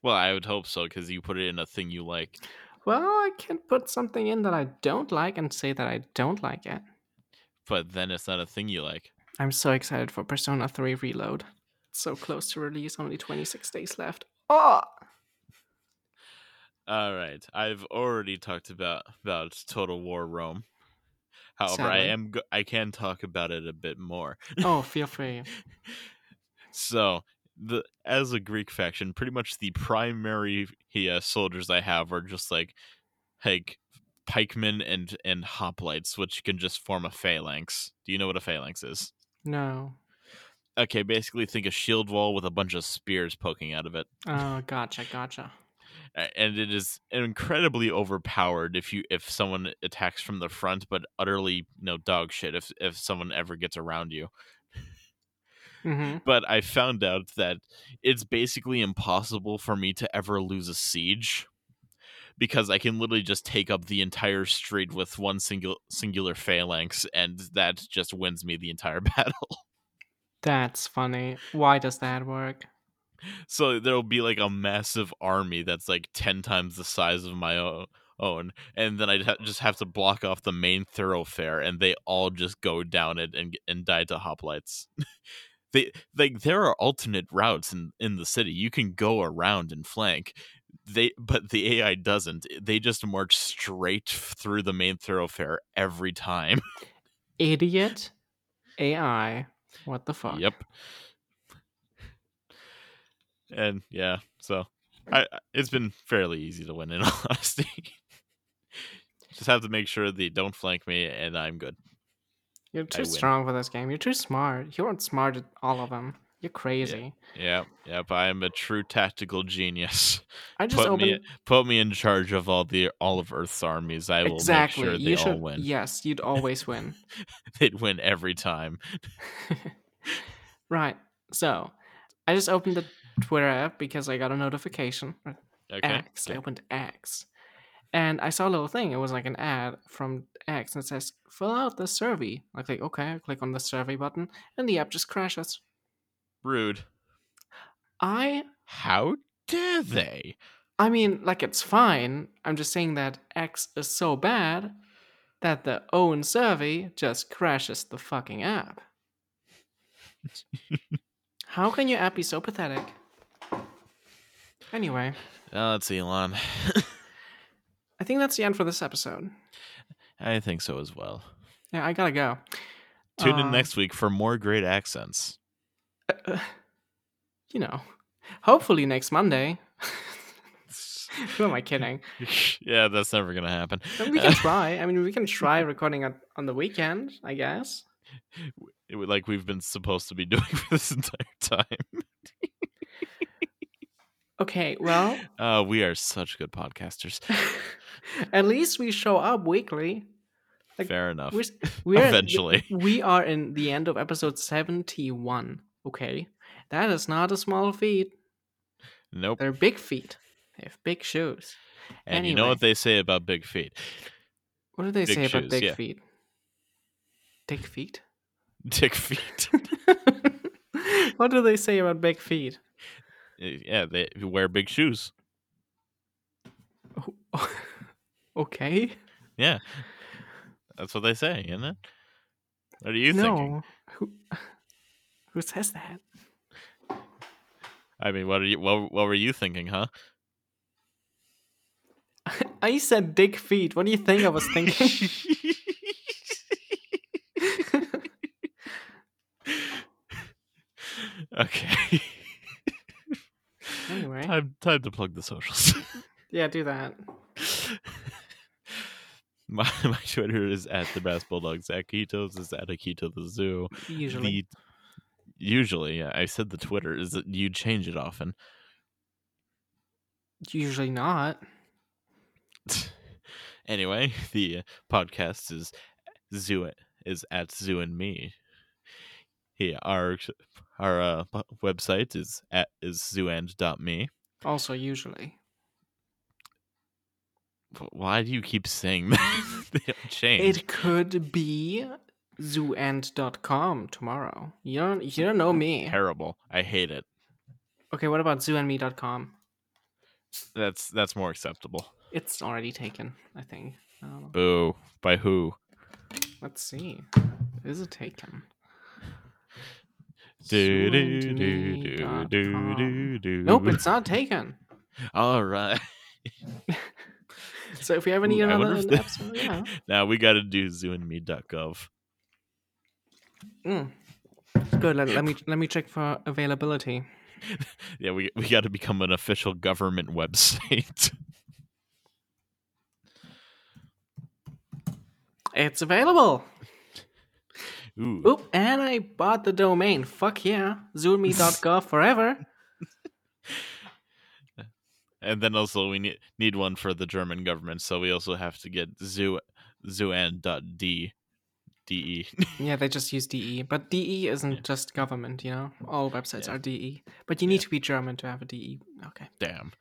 S4: well, I would hope so because you put it in a thing you like.
S2: Well, I can put something in that I don't like and say that I don't like it.
S4: But then it's not a thing you like.
S2: I'm so excited for Persona 3 Reload. It's so close to release, only 26 days left. Oh,
S4: All right. I've already talked about about Total War Rome. However, I
S2: Sadly.
S4: am go- I can talk about it a bit more.
S2: oh feel free.
S4: So, the as a Greek faction, pretty much the primary yeah, soldiers I have are just like like pikemen and and hoplites, which can just form a phalanx. Do you know what a phalanx is?
S2: No.
S4: Okay, basically think a shield wall with a bunch of spears poking out of it.
S2: Oh, gotcha, gotcha.
S4: A- and it is incredibly overpowered if you if someone attacks from the front but utterly you know dog shit if if someone ever gets around you
S2: hmm
S4: but i found out that it's basically impossible for me to ever lose a siege because i can literally just take up the entire street with one single singular phalanx and that just wins me the entire battle
S2: That's funny. Why does that work?
S4: so there'll be like a massive army that's like 10 times the size of my o- own and then i ha- just have to block off the main thoroughfare and they all just go down it and and die to hoplites they like there are alternate routes in in the city you can go around and flank they but the ai doesn't they just march straight through the main thoroughfare every time
S2: Idiot AI. What the fuck?
S4: Yep. And yeah, so I I- it's been fairly easy to win in all honesty. Just have to make sure they don't flank me and I'm good.
S2: You're
S4: I
S2: too
S4: win.
S2: strong for this game. You're too smart. You weren't smart at all of them. You're crazy.
S4: Yep, yep, I am a true tactical genius.
S2: I just
S4: Put
S2: opened
S4: me put me in charge of all the all of Earth's armies. I will
S2: exactly.
S4: make sure they
S2: you
S4: all
S2: should.
S4: win.
S2: Yes, you'd always win.
S4: They'd win every time.
S2: right. So, I just opened the Twitter app because I got a notification. or
S4: Okay.
S2: X. I opened X, and I saw a little thing. It was like an ad from X, and it says fill out the survey. I click OK. I click on the survey button, and the app just crashes.
S4: Rude.
S2: I
S4: How dare they?
S2: I mean, like it's fine. I'm just saying that X is so bad that the own survey just crashes the fucking app. How can your app be so pathetic? Anyway,
S4: Oh, it's Elon.
S2: I think that's the end for this episode.
S4: I think so as well.
S2: Yeah, I gotta go.
S4: Tune
S2: Uh,
S4: in next week for more great accents.
S2: You know, hopefully next Monday. Who am I kidding?
S4: yeah, that's never gonna happen.
S2: But We can try. I mean, we can try recording on, on the weekend, I guess.
S4: It would- like we've been supposed to be doing for this entire time.
S2: Okay, well,
S4: Uh, we are such good podcasters.
S2: at least we show up weekly. Like,
S4: Fair enough.
S2: We're, s- we're at the-
S4: Eventually.
S2: we are in the end of episode 71. Okay. That is not a small feat.
S4: Nope.
S2: They're big feet. They have big shoes.
S4: And you know
S2: anyway.
S4: what they say about big feet?
S2: What do they
S4: Big
S2: say about
S4: shoes,
S2: big
S4: yeah.
S2: feet? Big feet?
S4: Dick feet.
S2: what do they say about big feet?
S4: yeah, they wear big shoes.
S2: Oh, okay.
S4: Yeah, that's what they say, isn't it? What are you thinking?
S2: no. Who, who says that?
S4: I mean, what are you? What, what were you thinking, huh?
S2: I said big feet. What do you think I was thinking?
S4: okay.
S2: Anyway.
S4: Time time to plug the socials.
S2: yeah, do that.
S4: my my Twitter is at the Brass Bulldogs. At Keto's is at Akito the Zoo.
S2: Usually.
S4: The- usually, yeah, I said the Twitter is that you change it often.
S2: Usually not.
S4: anyway, the podcast is Zoo is at Zoo and Me. Yeah, our our uh, bu- website is at is zooand.me.
S2: Also, usually.
S4: Wh- Why do you keep saying that? they don't change.
S2: It could be zooand.com tomorrow. You don't you don't know me.
S4: Terrible. I hate it.
S2: Okay, what about zooandme.com?
S4: That's that's more acceptable.
S2: It's already taken, I think. I don't know.
S4: Boo. By who?
S2: Let's see. Is it taken?
S4: Do, do, do, do, do,
S2: Swingdini.com.
S4: do, do.
S2: Nope, it's not taken.
S4: All right.
S2: So if we ever need
S4: Ooh, I wonder
S2: another
S4: if they-
S2: uh, episode, yeah.
S4: Now we got to do zooandme.gov.
S2: Mm. Good. Let, let me let me check for availability.
S4: Yeah, we we got to become an official government website.
S2: It's available.
S4: Ooh.
S2: Oop, and I bought the domain. Fuck yeah. Zoomme.gov forever.
S4: And then also we need need one for the German government, so we also have to get zoo zooand.d de.
S2: Yeah, they just use DE. But DE isn't
S4: Yeah.
S2: just government, you know? All websites
S4: Yeah.
S2: are DE. But you need to be German to have a DE. Okay.
S4: Damn.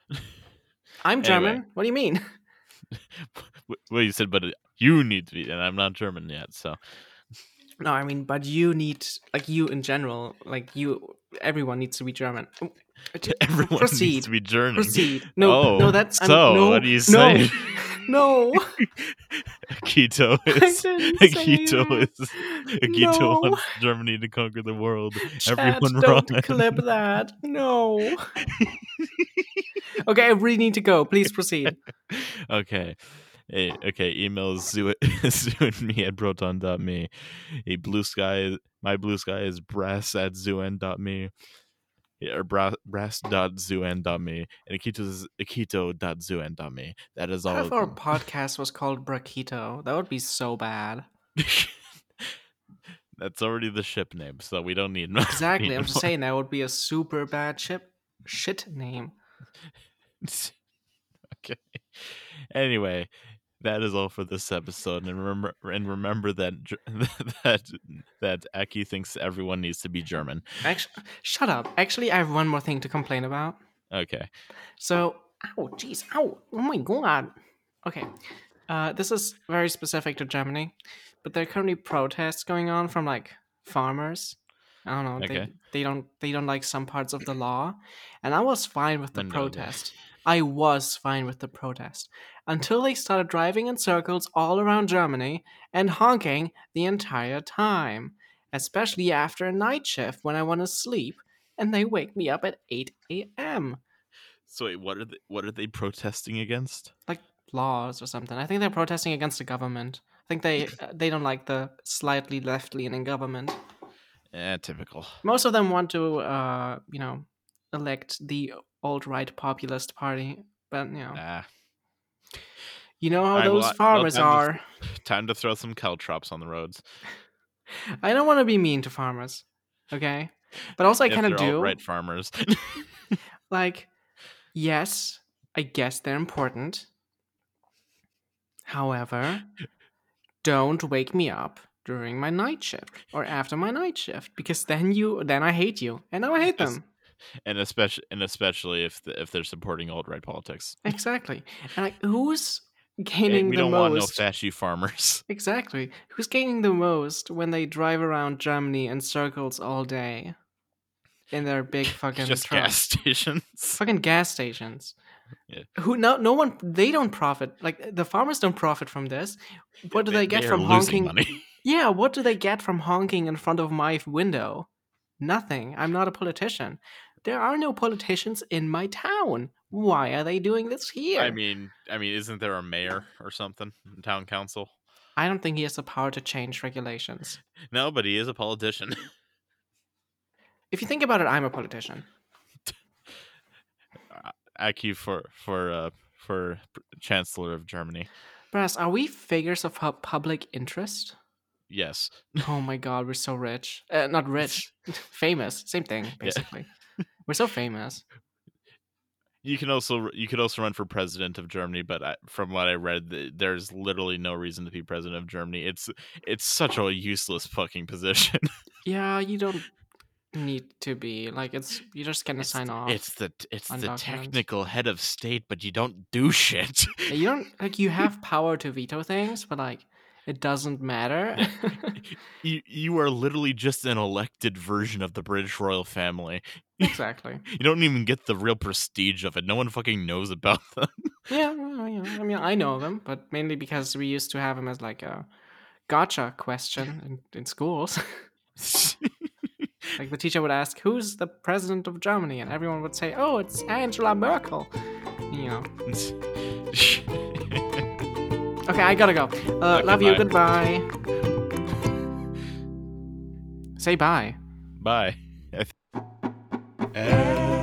S2: I'm
S4: Anyway.
S2: German. What do you mean?
S4: W- Well, you said, but it- you need to be, and I'm not German yet, so
S2: No, I mean, but you need, like, you in general, like, you, everyone needs to be German.
S4: everyone
S2: Proceed.
S4: needs to be German.
S2: Proceed. No,
S4: Oh,
S2: no, that's. I'm-
S4: so
S2: no,
S4: what do you
S2: no,
S4: say?
S2: No.
S4: Keto
S2: I
S4: is
S2: didn't say
S4: Akito
S2: that.
S4: is Akito
S2: No.
S4: wants Germany to conquer the world.
S2: Chat,
S4: Everyone
S2: don't
S4: run.
S2: clip that. No. okay, I really need to go. Please proceed.
S4: okay. Eh, okay, email zoo, zoo and me at proton.me. A blue sky, my blue sky is brass at zooN.me yeah, or bra, brass.zooN.me and Akito's Akito.zooN.me. That is all.
S2: What
S4: of
S2: if our
S4: them.
S2: podcast was called Braquito? That would be so bad.
S4: That's already the ship name, so we don't need much
S2: Exactly. I'm just
S4: anymore.
S2: saying that would be a super bad ship shit name.
S4: okay. Anyway, that is all for this episode, and remember and remember that Ger- that that Aki thinks everyone needs to be German.
S2: Actually, shut up. Actually, I have one more thing to complain about.
S4: Okay.
S2: So, ow, jeez, ow, oh my god. Okay, uh, this is very specific to Germany, but there are currently protests going on from like farmers. I don't know. They,
S4: Okay.
S2: they don't they don't like some parts of the law, and I was fine with the
S4: Then don't.
S2: protest. I was fine with the protest until they started driving in circles all around Germany and honking the entire time, especially after a night shift when I want to sleep and they wake me up at 8 a.m.
S4: So wait, what are they, what are they protesting against?
S2: like laws or something. I think they're protesting against the government. I think they uh, they don't like the slightly left leaning government.
S4: Eh, typical.
S2: Most of them want to, uh, you know, elect the alt right populist party. But you know,
S4: Ah,
S2: you know how
S4: I will-
S2: those
S4: well,
S2: farmers
S4: I'm just-
S2: are.
S4: time to throw some caltrops on the roads.
S2: I don't want to be mean to farmers, okay? But also, I
S4: If
S2: kind of
S4: they're
S2: do.
S4: alt-right farmers.
S2: Like, yes, I guess they're important. However, don't wake me up during my night shift or after my night shift because then you then I hate you and now I hate
S4: Yes.
S2: them.
S4: and especially and especially if the, if they're supporting alt-right politics.
S2: Exactly. And like who's
S4: Eh,
S2: gaining
S4: we
S2: the
S4: don't want no
S2: most?
S4: fashy farmers.
S2: exactly. Who's gaining the most when they drive around Germany in circles all day in their big fucking
S4: Just
S2: trucks?
S4: gas stations.
S2: fucking gas stations.
S4: Yeah.
S2: Who no no one they don't profit like the farmers don't profit from this. What do they, get
S4: are
S2: from honking?
S4: losing Money.
S2: Yeah, what do they get from honking in front of my window? Nothing. I'm not a politician. There are no politicians in my town. Why are they doing this here?
S4: I mean, I mean, isn't there a mayor or something? Town council?
S2: I don't think he has the power to change regulations.
S4: No, but he is a politician.
S2: If you think about it, I'm a politician.
S4: IQ for for uh, for pr- chancellor of Germany.
S2: Brass, are we figures of pu- public interest?
S4: Yes.
S2: Oh my god, we're so rich. Uh, not rich, famous. Same thing, basically. We're so famous.
S4: You can also you could also run for president of Germany, but I, from what I read, th- there's literally no reason to be president of Germany. It's it's such a useless fucking position.
S2: Yeah, you don't need to be like it's. You're just gonna sign off.
S4: It's the it's the
S2: Undocumented.
S4: technical head of state, but you don't do shit.
S2: You don't like. You have power to veto things, but like, It doesn't matter.
S4: You, you are literally just an elected version of the British royal family.
S2: exactly.
S4: You don't even get the real prestige of it. No one fucking knows about them.
S2: Yeah, well, you know, I mean, I know them, but mainly because we used to have them as like a gotcha question in, in schools. like the teacher would ask, "Who's the president of Germany?" and everyone would say, "Oh, it's Angela Merkel." You know. Okay, I gotta go. Uh,
S4: Okay,
S2: love you.
S4: bye.
S2: Goodbye. Say bye.
S4: Bye.
S1: Every